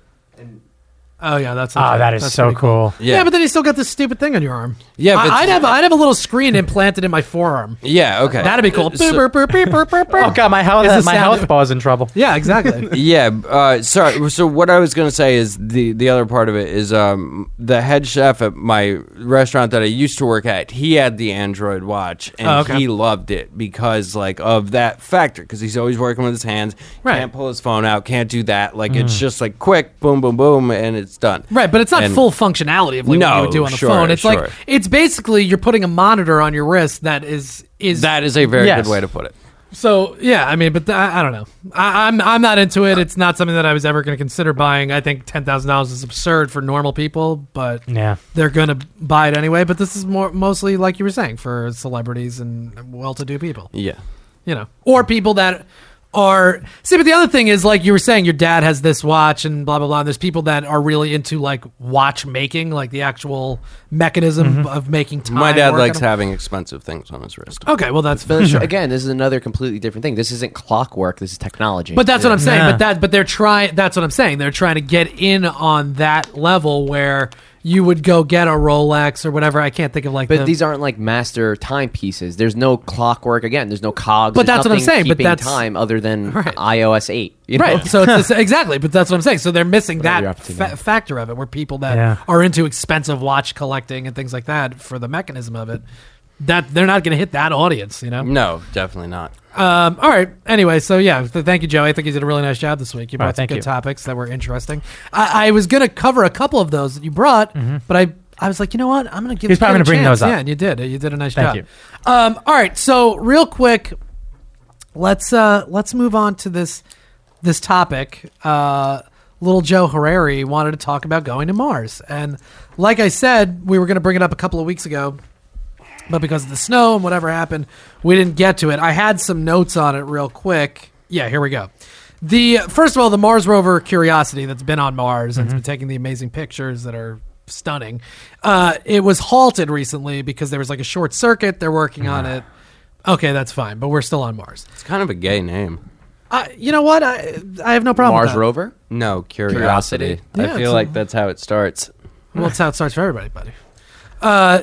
Oh yeah, that's
Ah, that is
that's
so
pretty
cool.
Yeah.
Yeah. but then you still got this stupid thing on your arm.
Yeah,
I-
but-
I'd have I'd have a little screen implanted in my forearm.
Yeah. Okay.
That'd be cool.
So-
Boop, boop, boop, boop, boop, boop.
Oh god, my
Is the
health my
sound-
health bar is in trouble.
Yeah, exactly.
yeah. Uh, sorry. So what I was going to say is the the other part of it is um, the head chef at my restaurant that I used to work at. He had the Android watch and
Oh, okay.
he loved it because like of that factor because he's always working with his hands.
Right. Mm.
Can't pull his phone out. Can't do that. Like it's just like quick, boom, boom, boom, and it's done.
right, but it's not
And-
full functionality of like what
No,
you would do on the
sure,
phone. It's
sure.
like it's basically you're putting a monitor on your wrist that is is
That is a very
Yes.
good way to put it.
so yeah. I mean, but th- I, I don't know. I, I'm I'm not into it. It's not something that I was ever going to consider buying. I think ten thousand dollars is absurd for normal people, but
Yeah.
they're going to buy it anyway. But this is more mostly like you were saying for celebrities and well-to-do people.
Yeah.
you know, or people that Or see, but the other thing is like you were saying, your dad has this watch and blah blah blah. And there's people that are really into like watch making, like the actual mechanism
Mhm.
of making time.
My dad
work.
likes
I don't-
having expensive things on his wrist.
Okay, well that's
But
sure.
again, this is another completely different thing. This isn't clockwork. This is technology.
But that's what I'm saying. But that, but they're trying. That's what I'm saying. They're trying to get in on that level where you would go get a Rolex or whatever. I can't think of like.
But
the-
these aren't like master timepieces. There's no clockwork. Again, there's no cogs.
But
there's
that's what I'm
nothing
saying, but
keeping
that's-
time other than iOS 8. you know?
right. So it's it's- exactly. But that's what I'm saying. So they're missing that fa- factor of it, where people that
Yeah.
are into expensive watch collecting and things like that for the mechanism of it, that they're not going to hit that audience. You know.
No, definitely not.
Um, all right. Anyway, so yeah, th- thank you, Joey. I think you did a really nice job this week. You
All
brought
right,
some
thank
good
you.
topics that were interesting. I, I was going to cover a couple of those that you brought, but I I was like, you know what? I'm going to give.
Mm-hmm.
this
He's probably
kid a
gonna bring
chance.
those up.
Yeah, and you did. You did a nice
Thank
job. Um, all right. So real quick, let's uh, let's move on to this this topic. Uh, little Joe Harari wanted to talk about going to Mars, and like I said, we were going to bring it up a couple of weeks ago but because of the snow and whatever happened, we didn't get to it. I had some notes on it real quick. Yeah, here we go. The first of all, the Mars rover Curiosity that's been on Mars and it's
Mm-hmm.
been taking the amazing pictures that are stunning. Uh, it was halted recently because there was like a short circuit. They're working on
Ah.
it. Okay, that's fine, but we're still on Mars.
It's kind of a gay name.
Uh, you know what? I I have no problem. with that.
No,
Curiosity.
Curiosity.
Yeah,
I
it's a-
feel like that's how it starts.
Well, that's how it starts for everybody, buddy. Uh,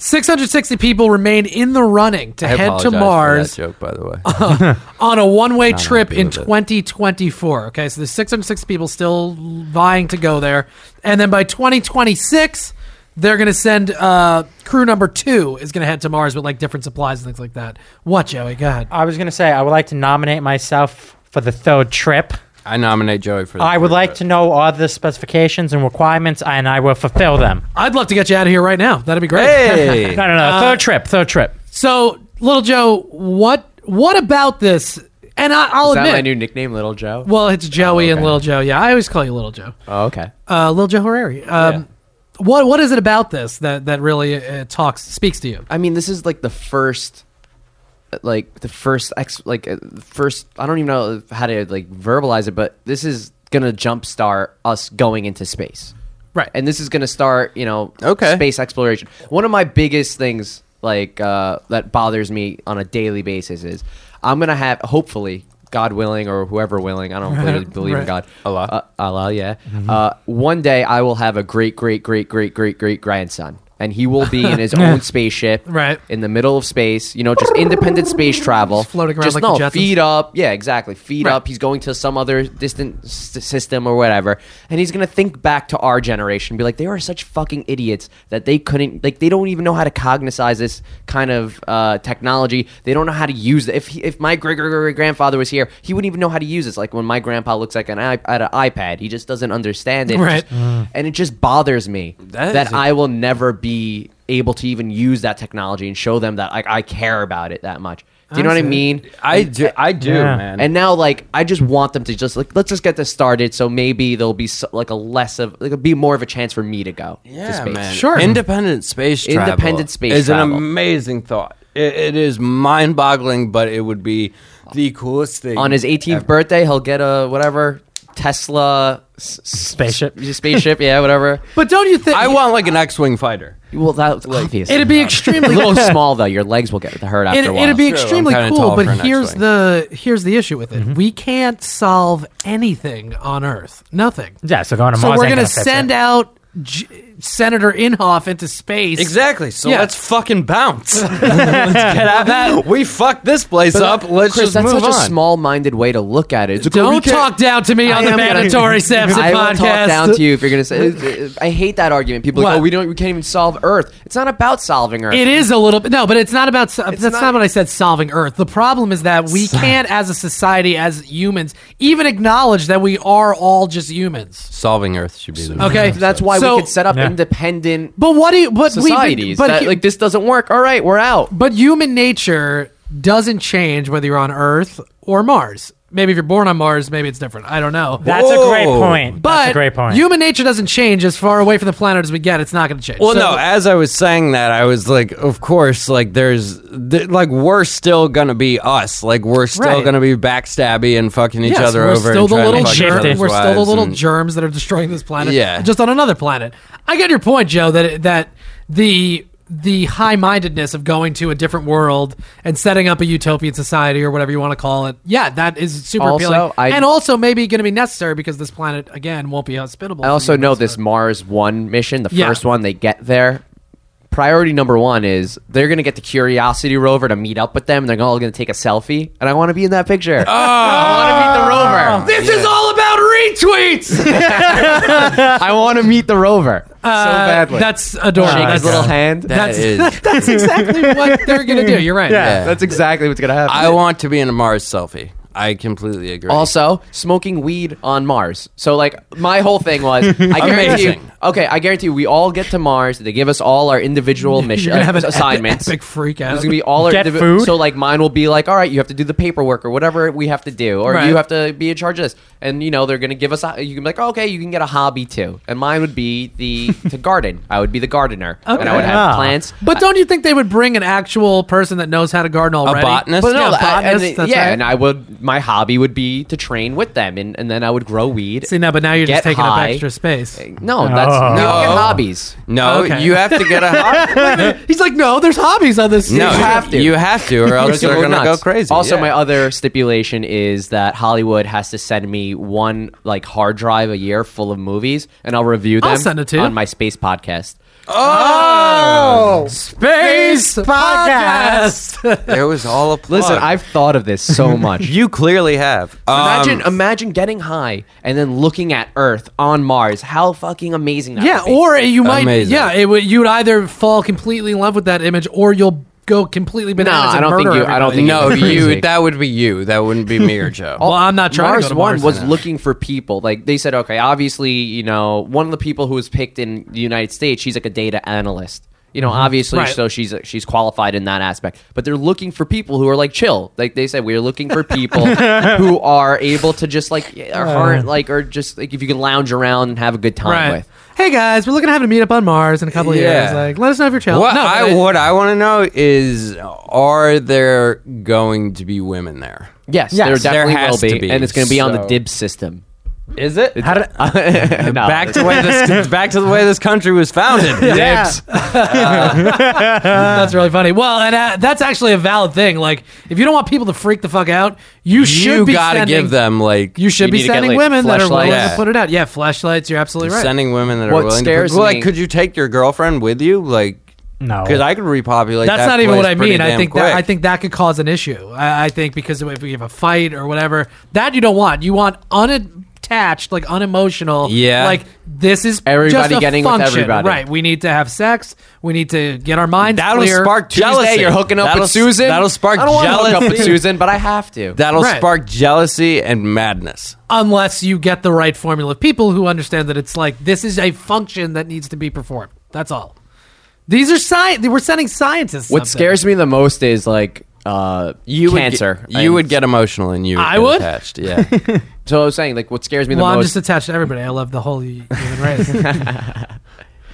660 people remain in the running to
I
head to
apologize for that
Mars.
joke, by the way.
on a one-way
Not
trip
happy
in
with it.
2024. Okay, so there's 606 people still vying to go there, and then by 2026, they're going to send uh, crew number two is going to head to Mars with like different supplies and things like that. What, Joey? Go ahead.
I was gonna say I would like to nominate myself for the third trip.
I nominate Joey for. The
I would like to know all the specifications and requirements, and I will fulfill them.
I'd love to get you out of here right now. That'd be great.
Hey! No, no, no,
Uh,
third trip, third trip.
So, little Joe, what what about this? And I, I'll
is that
admit,
my new nickname, Little Joe?
well, it's Joey and
okay.
Little Joe. Yeah, I always call you Little Joe.
Oh, okay.
Uh, Lil Joe Harari. Um, What what is it about this that that really uh, talks speaks to you?
I mean, this is like the first, like the first ex, like uh, first. I don't even know how to like verbalize it, but this is gonna jumpstart us going into space,
right?
And this is gonna start, you know, okay, space exploration. One of my biggest things, like uh, that bothers me on a daily basis, is I'm gonna have hopefully. God willing, or whoever willing, I don't
Right,
really believe in
right.
God. Allah, uh, Allah, yeah.
Mm-hmm.
Uh, one day I will have a great, great, great, great, great, great grandson, and he will be in his own spaceship,
Right.
in the middle of space. You know, just independent space travel,
Just floating around
Just
like
no
the Jetsons.
feed up. Yeah, exactly. Feed
Right.
up. He's going to some other distant s- system or whatever, and he's gonna think back to our generation, and be like, they are such fucking idiots that they couldn't, like, they don't even know how to cognize this kind of uh, technology. They don't know how to use it. If he, if my great great great grandfather was here, he wouldn't even know how to use this. Like when my grandpa looks like an iP- at an iPad, he just doesn't understand it.
Right.
Just- and it just bothers me
That
that,
is a-
I will never be able to even use that technology and show them that I, I care about it that much. Do you know
I
what
see.
I mean?
I
And-
do- I do, Yeah. man.
And now, like, I just want them to just like let's just get this started, so maybe there'll be so, like a less of like, it'll be more of a chance for me to go. to
Yeah,
space.
man. Independent space travel.
Independent space
is
travel.
an amazing thought. It, it is mind-boggling, but it would be the coolest thing.
On his 18th
ever.
birthday, he'll get a whatever Tesla s- s-
spaceship,
spaceship, yeah, whatever.
But don't you think
I want like an X-wing fighter?
Well, that's obvious.
It'd be extremely-
a little small though. Your legs will get hurt after
It,
a while.
it'd be extremely cool, but here's the here's the issue with it.
Mm-hmm.
We can't solve anything on Earth. Nothing.
Yeah, so going to
so
Mars.
we're
ain't
gonna
fix
send
it.
out J- Senator Inhofe into space.
Exactly. So
Yeah.
let's fucking bounce. let's get out that. We fucked this place
But
up.
that-
Let's
Chris,
just
that's
move
such
on.
a small-minded way to look at it. It's like, oh, we
Don't
can't-
talk down to me on
I
the
am gonna-
mandatory Samson
I will
podcast.
talk down to you if you're gonna say. I hate that argument. People are like,
What?
oh, we don't, we can't even solve Earth. It's not about solving Earth.
It is a little bit no, but it's not about. That's not, what I said. Solving Earth. The problem is that we can't, as a society, as humans, even acknowledge that we are all just humans.
Solving Earth should be the
Okay,
that's why
So-
we could set up
Yeah.
independent
But what do you? But we-
societies.
but
that,
he-
like this doesn't work. All right, we're out.
But human nature doesn't change whether you're on Earth or Mars. Maybe if you're born on Mars, maybe it's different. I don't know.
That's a great Whoa. point.
But
That's a great point.
Human nature doesn't change as far away from the planet as we get. It's not going to change.
Well,
So-
no. As I was saying that, I was like, of course, like there's, th- like we're still gonna be us. Like we're still
Right.
gonna be backstabby and fucking each
Yes,
other
we're
over.
Still
and
the
trying to
little
fuck each
germ-
other's
We're still the
wives
little
and-
germs that are destroying this planet.
Yeah.
just on another planet. I get your point, Joe. That that the the high mindedness of going to a different world and setting up a utopian society or whatever you want to call it. Yeah, that is super
Also,
appealing,
I-
and also maybe going to be necessary because this planet again won't be hospitable.
I
for
also
you.
know this Mars One mission, the
Yeah.
first one they get there. Priority number one is they're gonna get the Curiosity rover to meet up with them. They're all gonna take a selfie, and I want to be in that picture. I want to meet the rover.
Oh. This is all about retweets.
I want to meet the rover so
Uh,
badly.
That's adorable.
Shake his
That's-
little hand.
That
That's-
is-
That's exactly what they're going to do. You're right.
that's exactly what's gonna happen.
I want to be in a Mars selfie. I completely agree.
Also, smoking weed on Mars. So, like, my whole thing was, I guarantee you.
Amazing.
Okay, I guarantee you, we all get to Mars. They give us all our individual mission
You're gonna have an
assignments.
epic freak out.
It's gonna be all our
Get
indivi-
food?
So, like, mine will be like, all right, you have to do the paperwork or whatever we have to do, or
Right.
you have to be in charge of this. And you know, they're gonna give us. A, you can be like, "Oh, okay, you can get a hobby too. And mine would be the to garden. I would be the gardener, and I would have
Ah.
plants.
But don't you think they would bring an actual person that knows how to garden already?
But no,
yeah,
I- and
botanist.
it-
that's
yeah,
right.
and I would. My hobby would be to train with them, and, and then I would grow weed.
See, no, but now you're just
get
taking
high.
up extra space.
No, that's
Oh.
no
No.
hobbies.
No,
Okay.
you have to get a hobby.
Wait a minute. He's like, no, there's hobbies on this.
No,
station.
you have to. You have to, or else they're gonna go crazy.
Also,
yeah.
my other stipulation is that Hollywood has to send me one like hard drive a year full of movies, and I'll review them
I'll send it to you.
on my space podcast.
Oh, space podcast.
it was all a plug.
Listen, I've thought of this so much.
you clearly have. Um,
imagine, imagine getting high and then looking at Earth on Mars. How fucking amazing! That
yeah,
would be.
or you might.
Amazing.
Yeah, it would. You would either fall completely in love with that image, or you'll go completely bananas. and murder everybody.
No, you. That would be you. That wouldn't be me or Joe.
Well, I'm not trying to
Mars
go to
One
Mars
was
now.
looking for people. Like they said, okay, obviously, you know, one of the people who was picked in the United States, she's like a data analyst. You know,
Mhm.
obviously,
Right.
so she's she's qualified in that aspect. But they're looking for people who are like chill. Like they said, we're looking for people who are able to just like are hard, like or just like if you can lounge around and have a good time
Right.
with.
Hey guys, we're looking to have a meetup on Mars in a couple of
Yeah.
years. Like, let us know if you're chilling.
What
Oh, no,
I
but-
what I want to know is, are there going to be women there?
Yes, there definitely
has
will be,
to
and it's going to be on the
So-
dib system.
Is it?
How did,
back to the way this back to the way this country was founded.
Yeah.
Dibs.
that's really funny. Well, and uh, that's actually a valid thing. Like, if you don't want people to freak the fuck out, you should
you
be
gotta
sending-
give them like
You should be sending women that are willing to put it out. Yeah, flashlights. You're
You're
absolutely right.
Sending women that are
What
willing
scares
to put, like,
me-
could you take your girlfriend with you? Like,
no,
because I could repopulate.
That's
that
not even
place
what I
pretty
mean. I
damn
think
quick.
that I think that could cause an issue. I, I think because if we have a fight or whatever, that you don't want. You want unattached, like unemotional.
Yeah.
like this is
Everybody
just a
getting with
function.
everybody.
Right. We need to have sex. We need to get our minds.
That'll
clear.
spark jealousy.
You're hooking up
That'll
with
s-
Susan.
that'll spark
I don't wanna hook up with
jealousy.
Susan, but I have to.
that'll
Right.
spark jealousy and madness.
unless you get the right formula of people who understand that it's like this is a function that needs to be performed. That's all. These are science. We're sending scientists.
What
something.
scares me the most is like uh, you
would
cancer.
get- you would get emotional and you. Would
I
get
would?
Attached. Yeah.
so I was saying, like, what scares me the
Well, I'm
most
just attached to everybody. I love the whole hu- human race.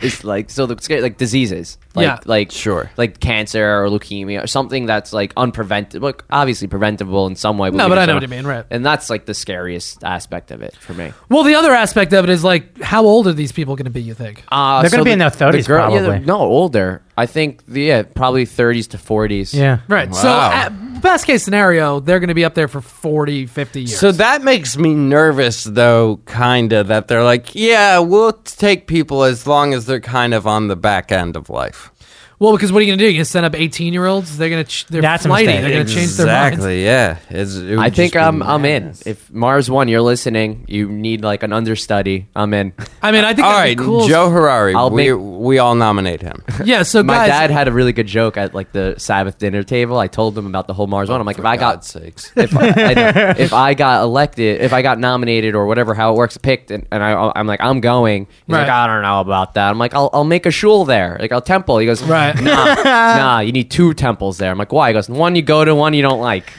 is like so the scare like diseases, like
Yeah.
like sure, like cancer or leukemia or something that's like unpreventable, like obviously preventable in some way.
No, but
we can
I know
try-
what you mean, right.
And that's like the scariest aspect of it for me.
Well, the other aspect of it is like, how old are these people going to be? You think?
Uh,
They're gonna be in their
the
30s
girl- yeah,
probably.
no, older. I think the, yeah, probably 30s to 40s.
Yeah.
Right. So, at best case scenario, they're going to be up there for 40, 50 years.
So that makes me nervous, though, kind of, that they're like, yeah, we'll take people as long as they're kind of on the back end of life.
well, because what are you going to do? You're going to send up 18 year olds? They're going to, ch- they're
That's a
flighty.
mistake.
They're going to change their minds.
Exactly, yeah. It's- it would
I think
just be
I'm I'm in.
madness.
If Mars One, you're listening, you need like an understudy. I'm in.
I mean, I think
All
that'd
right,
be cool.
Joe Harari,
I'll
we,
make-
we all nominate him.
Yeah, so
my
guys-
dad had a really good joke at like the Sabbath dinner table. I told him about the whole Mars One. I'm like, if I got
sakes.
if I, I know, if I got elected, if I got nominated or whatever, how it works, picked, and, and I, I'm like, I'm going. He's
Right.
like, I don't know about that. I'm like, I'll, I'll make a shul there, like a temple. He goes,
Right.
like, nah, nah, you need two temples there. I'm like, why? He goes, one you go to, one you don't like.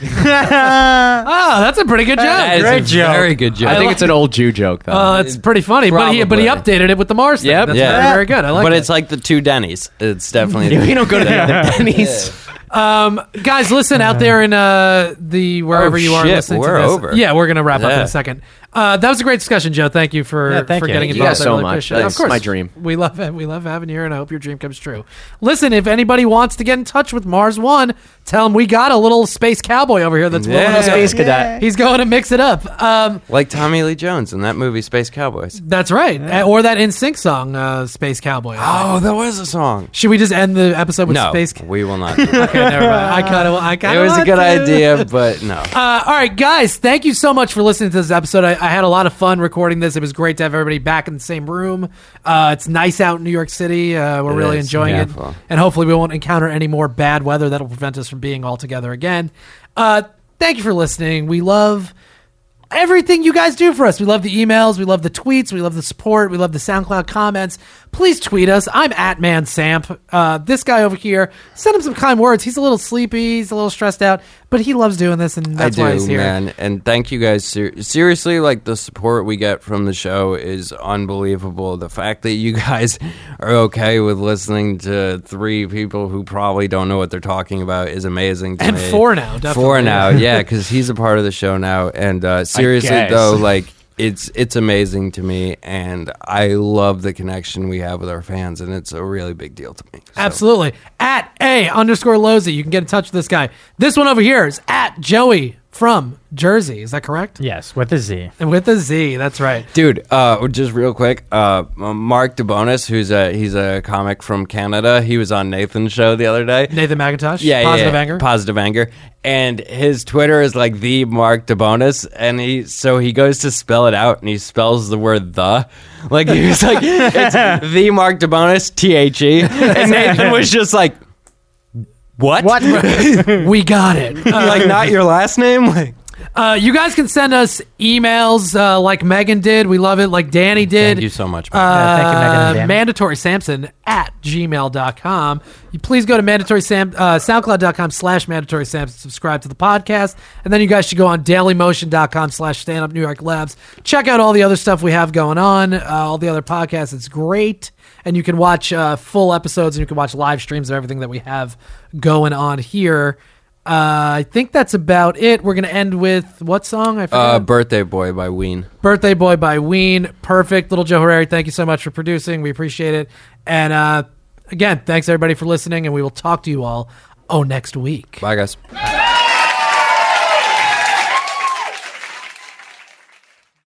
oh, that's a pretty good joke.
That is a Very good joke. I, think it's an old Jew joke though.
Uh, it's pretty funny, but he but he updated it with the Mars thing.
Yep.
that's
Yeah.
very, very good. I like.
but
that.
it's like the two Denny's. It's definitely.
You don't go to the other
Denny's.
Um, guys, listen out there in uh, the wherever
Oh,
you are
shit,
listening
we're
to this.
over.
Yeah, we're gonna wrap up in
Yeah.
a second. Uh, that was a great discussion, Joe. Thank you for
Yeah, thank
for
you.
getting
Thank you
involved.
guys
I
so
really
much.
appreciate it.
Thanks.
Of course,
My dream.
We love it. We love having you here, and I hope your dream comes true. Listen, if anybody wants to get in touch with Mars One, tell them we got a little space cowboy over here that's willing
Yeah.
to
Space cadet.
He's going to mix it up. Um,
Like Tommy Lee Jones in that movie Space Cowboys.
that's right, Uh, or that in sync song, uh, Space Cowboy.
Oh, that was a song.
Should we just end the episode with
no,
Space?
we will not. do that.
Okay, never mind. I kind of, I kind
it
of.
was a good idea, but no.
Uh, all right, guys, thank you so much for listening to this episode. I, I had a lot of fun recording this. It was great to have everybody back in the same room. Uh, it's nice out in New York City. Uh, we're
It
really
is
enjoying it.
beautiful.
And hopefully, we won't encounter any more bad weather that'll prevent us from being all together again. Uh, thank you for listening. We love everything you guys do for us. We love the emails, we love the tweets, we love the support, we love the SoundCloud comments. Please tweet us. I'm at Man Samp. Uh, this guy over here, send him some kind words. He's a little sleepy, he's a little stressed out, but he loves doing this, and that's
I do,
why he's here.
man. And thank you guys. Ser- seriously, like the support we get from the show is unbelievable. The fact that you guys are okay with listening to three people who probably don't know what they're talking about is amazing. To
And
me.
four now, definitely.
Four now, yeah, because he's a part of the show now. And uh, seriously,
guess.
though, like. It's it's amazing to me, and I love the connection we have with our fans, and it's a really big deal to me.
Absolutely. At A underscore Lozy, you can get in touch with this guy. This one over here is at Joey from Jersey. Is that correct?
Yes, with a Z.
And with a Z, that's right.
Dude, uh, just real quick, uh, Mark DeBonis, who's a he's a comic from Canada. He was on Nathan's show the other day.
Nathan McIntosh.
Yeah, yeah,
Positive
yeah.
anger.
Positive anger. And his Twitter is like the Mark DeBonis, and he so he goes to spell it out, and he spells the word the, like he was like it's the Mark DeBonis, T H E, and Nathan was just like, what? What?
we got it.
like not your last name? Like
Uh, you guys can send us emails uh, like Megan did. We love it. Like Danny did.
Thank you so much.
Uh,
man.
mandatory Samson Uh, at gmail.com. You please go to mandatory sam, uh, soundcloud.com slash mandatory Samson, subscribe to the podcast. And then you guys should go on dailymotion.com slash stand up New York labs. Check out all the other stuff we have going on, uh, all the other podcasts. It's great. And you can watch uh, full episodes and you can watch live streams of everything that we have going on here. Uh, I think that's about it. We're going to end with what song? I forgot.
Uh, Birthday Boy by Ween.
Birthday Boy by Ween. Perfect. Little Joe Herrera, thank you so much for producing. We appreciate it. And uh, again, thanks everybody for listening, and we will talk to you all oh next week.
Bye guys.
Bye.